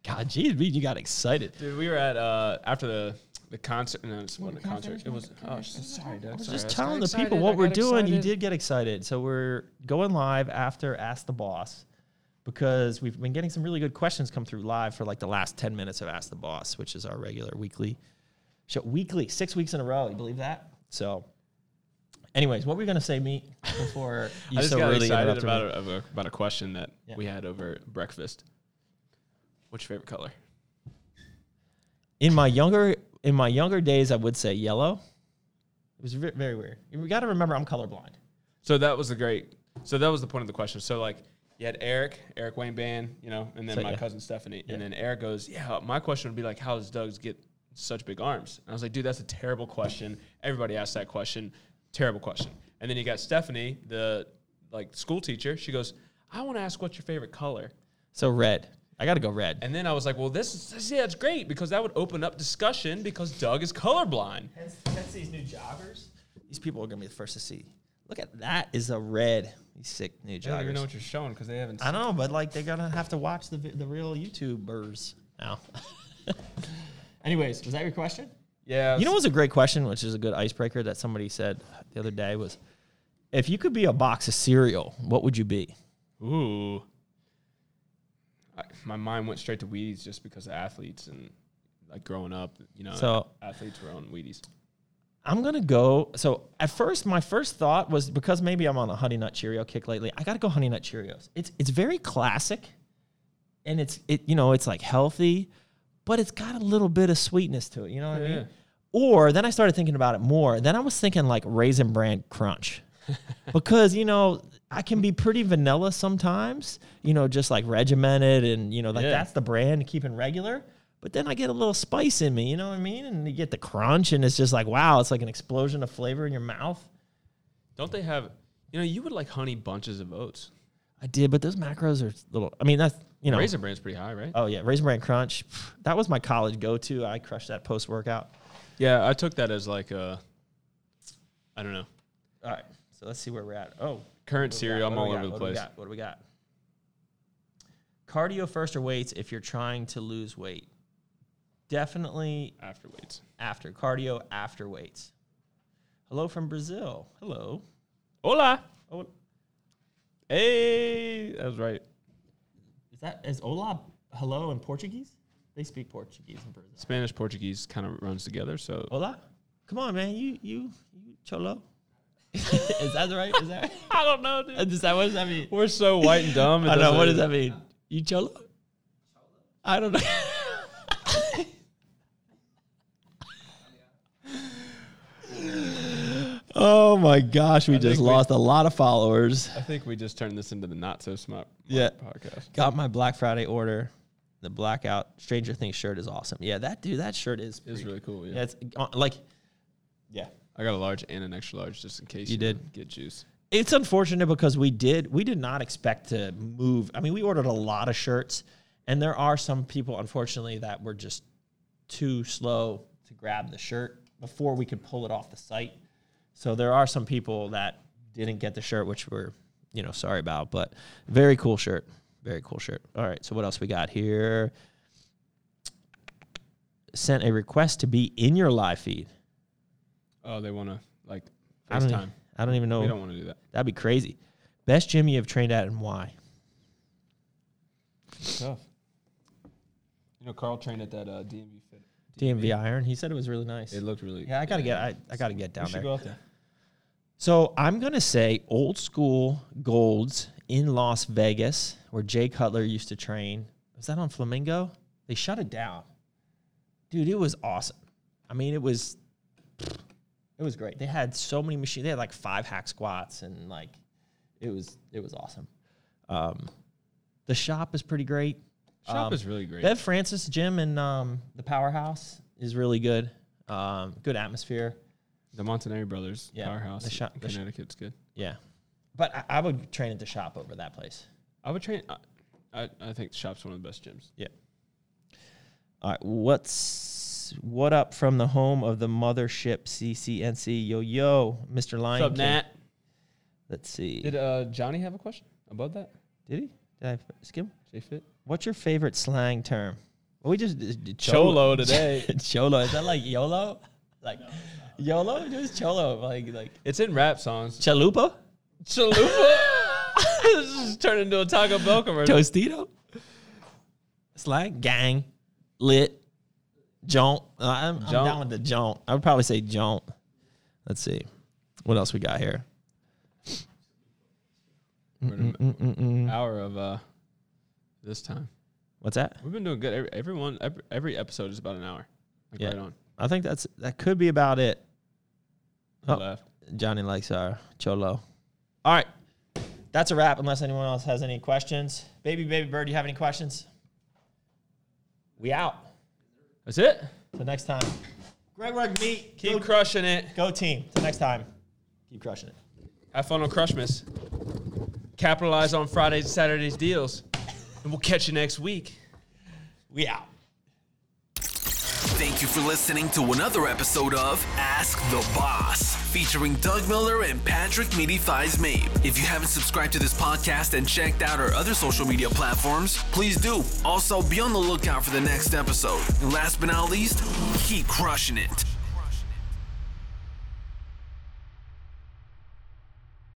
Speaker 3: God, geez, man, you got excited.
Speaker 4: dude. We were at uh, after the the concert. No, it's wasn't a concert. It was. Oh, sorry, Doug. Sorry.
Speaker 3: Just telling the people what we're doing. You did get excited, so we're going live after ask the boss. Because we've been getting some really good questions come through live for like the last 10 minutes of Ask the Boss, which is our regular weekly show. Weekly, six weeks in a row. You believe that? So, anyways, what were you going to say, me, before you
Speaker 4: I just
Speaker 3: so
Speaker 4: got
Speaker 3: really
Speaker 4: excited
Speaker 3: interrupted me?
Speaker 4: about a, of a- about a question that
Speaker 3: Yeah.
Speaker 4: we had over breakfast. What's your favorite color?
Speaker 3: in my younger in my younger days, I would say yellow. It was ve- very weird. You got to remember, I'm colorblind.
Speaker 4: So that was the great. So that was the point of the question. So like you had Eric, Eric Wayne Band, you know, and then
Speaker 3: So,
Speaker 4: my
Speaker 3: yeah.
Speaker 4: cousin Stephanie,
Speaker 3: Yeah.
Speaker 4: and then Eric goes, "Yeah, my question would be like, how does Doug's get such big arms?" And I was like, "Dude, that's a terrible question. Everybody asks that question. Terrible question." And then you got Stephanie, the like school teacher. She goes, "I want to ask what's your favorite color."
Speaker 3: So red. I got to go red.
Speaker 4: And then I was like, "Well, this is this, yeah, it's great because that would open up discussion because Doug is colorblind."
Speaker 3: Hence, hence these new joggers. These people are gonna be the first to see. Look at that is a red. These sick new
Speaker 4: I don't even know
Speaker 3: joggers.
Speaker 4: what you're showing because they haven't.
Speaker 3: I don't know, but like they're gonna have to watch the vi- the real YouTubers now. Anyways, was that your question?
Speaker 4: yeah,
Speaker 3: You know what's a great question, which is a good icebreaker that somebody said the other day was, if you could be a box of cereal, what would you be?
Speaker 4: Ooh. I, my mind went straight to Wheaties just because of athletes and like growing up, you know,
Speaker 3: So-
Speaker 4: athletes were on Wheaties.
Speaker 3: I'm gonna go. So at first, my first thought was because maybe I'm on a Honey Nut Cheerio kick lately. I gotta go Honey Nut Cheerios. It's it's very classic, and it's it you know it's like healthy, but it's got a little bit of sweetness to it. You know what I
Speaker 4: Yeah.
Speaker 3: mean? Or then I started thinking about it more. Then I was thinking like Raisin Bran Crunch, because you know I can be pretty vanilla sometimes. You know, just like regimented and you know like
Speaker 4: Yeah.
Speaker 3: that's the brand keeping regular. But then I get a little spice in me. You know what I mean? And you get the crunch, and it's just like wow, it's like an explosion of flavor in your mouth.
Speaker 4: Don't they have, you know, you would like honey bunches of oats.
Speaker 3: I did, but those macros are little. I mean, that's you know.
Speaker 4: Raisin Bran's pretty high, right?
Speaker 3: Oh yeah, Raisin Bran Crunch. That was my college go-to. I crushed that post-workout.
Speaker 4: Yeah, I took that as like a, I don't know,
Speaker 3: All right, so let's see where we're at. Oh, what
Speaker 4: current
Speaker 3: do we got?
Speaker 4: cereal. I'm
Speaker 3: What do
Speaker 4: all
Speaker 3: we got?
Speaker 4: over the
Speaker 3: What do we
Speaker 4: place.
Speaker 3: got? What do we got? Cardio first or weights if you're trying to lose weight. definitely
Speaker 4: afterwards.
Speaker 3: after cardio, after weights. Hello from Brazil. Hello.
Speaker 4: Hola.
Speaker 3: Oh,
Speaker 4: Hey, that was right.
Speaker 3: is that is olá hello in Portuguese? They speak Portuguese in Brazil.
Speaker 4: Spanish Portuguese kind of runs together, so
Speaker 3: Olá. Come on, man. You you you cholo. is that right? Is that
Speaker 4: I don't know, dude.
Speaker 3: is that what does that mean?
Speaker 4: We're so white and dumb. it
Speaker 3: I know. What does
Speaker 4: doesn't-
Speaker 3: that mean? You cholo? I don't know. oh my gosh, we just
Speaker 4: think we-
Speaker 3: lost a lot of followers.
Speaker 4: I think we just turned this into the not so smart
Speaker 3: Yeah.
Speaker 4: podcast.
Speaker 3: Got my Black Friday order. The blackout Stranger Things shirt is awesome. Yeah, that dude, that shirt is.
Speaker 4: It's really cool. Yeah.
Speaker 3: Yeah, it's uh, like. Yeah,
Speaker 4: I got a large and an extra large just in case
Speaker 3: You did.
Speaker 4: get juice.
Speaker 3: it's unfortunate because we did we did not expect to move. I mean, we ordered a lot of shirts, and there are some people, unfortunately, that were just too slow to grab the shirt before we could pull it off the site. So there are some people that didn't get the shirt, which we're you know sorry about, but very cool shirt, very cool shirt. All right, so what else we got here? Sent a request to be in your live feed.
Speaker 4: Oh, they want to like
Speaker 3: I don't,
Speaker 4: FaceTime.
Speaker 3: e- I don't even know.
Speaker 4: We don't want to do that.
Speaker 3: That'd be crazy. Best gym you have trained at and why?
Speaker 4: Tough. You know, Carl trained at that uh, DMV fit.
Speaker 3: DMV Iron. He said it was really nice.
Speaker 4: It looked really.
Speaker 3: yeah, I gotta get I, I gotta get
Speaker 4: We
Speaker 3: down
Speaker 4: should
Speaker 3: there.
Speaker 4: go out there.
Speaker 3: So I'm gonna say old school golds in Las Vegas, where Jay Cutler used to train. Was that on Flamingo? They shut it down. Dude, it was awesome. I mean, it was it was great. They had so many machines. They had like five hack squats and like it was it was awesome. Um, the shop is pretty great.
Speaker 4: Shop
Speaker 3: Um,
Speaker 4: is really great.
Speaker 3: Bev Francis Gym and um, the Powerhouse is really good. Um, good atmosphere.
Speaker 4: the Montanari brothers
Speaker 3: Yeah,
Speaker 4: powerhouse.
Speaker 3: the shop-
Speaker 4: in
Speaker 3: the sh-
Speaker 4: Connecticut's good.
Speaker 3: Yeah, but I, I would train at the shop over that place.
Speaker 4: I would train. I, I, I think the shop's one of the best gyms.
Speaker 3: Yeah. All right. What's what up from the home of the mothership CCNC? Yo yo, Mr. Lion. King. Let's see.
Speaker 4: Did uh, Johnny have a question about that?
Speaker 3: Did he? Did I skim?
Speaker 4: J Fit.
Speaker 3: What's your favorite slang term? Well, we just did- did
Speaker 4: Cholo today.
Speaker 3: cholo. Is that like YOLO? Like YOLO? Just cholo. Like like
Speaker 4: It's in rap songs.
Speaker 3: chalupa.
Speaker 4: Chalupa. this is turned into a Taco Bell commercial.
Speaker 3: Tostito. Slang, gang, lit, jaunt. Uh, I'm, I'm
Speaker 4: Jaunt.
Speaker 3: down with the jaunt. I would probably say jaunt. Let's see. What else we got here?
Speaker 4: We're
Speaker 3: Mm,
Speaker 4: in an hour of uh, this time.
Speaker 3: What's that?
Speaker 4: We've been doing good. Every, everyone, every, every episode is about an hour. Like
Speaker 3: Yeah.
Speaker 4: right on.
Speaker 3: I think that's that could be about it.
Speaker 4: I
Speaker 3: Oh.
Speaker 4: Left.
Speaker 3: Johnny likes our cholo. All right. That's a wrap unless anyone else has any questions. Baby, baby bird, you have any questions? We out.
Speaker 4: That's it.
Speaker 3: Till next time. Greg, Greg, meet.
Speaker 4: Keep
Speaker 3: Go,
Speaker 4: crushing it.
Speaker 3: go team. Till next time. Keep crushing it.
Speaker 4: Have fun on Crushmas. Capitalize on Fridays and Saturdays deals. And we'll catch you next week.
Speaker 3: We out.
Speaker 2: Thank you for listening to another episode of Ask the Boss, featuring Doug Miller and Patrick Meaty Thighs Mabe. If you haven't subscribed to this podcast and checked out our other social media platforms, please do. Also, be on the lookout for the next episode. And last but not least, keep crushing it.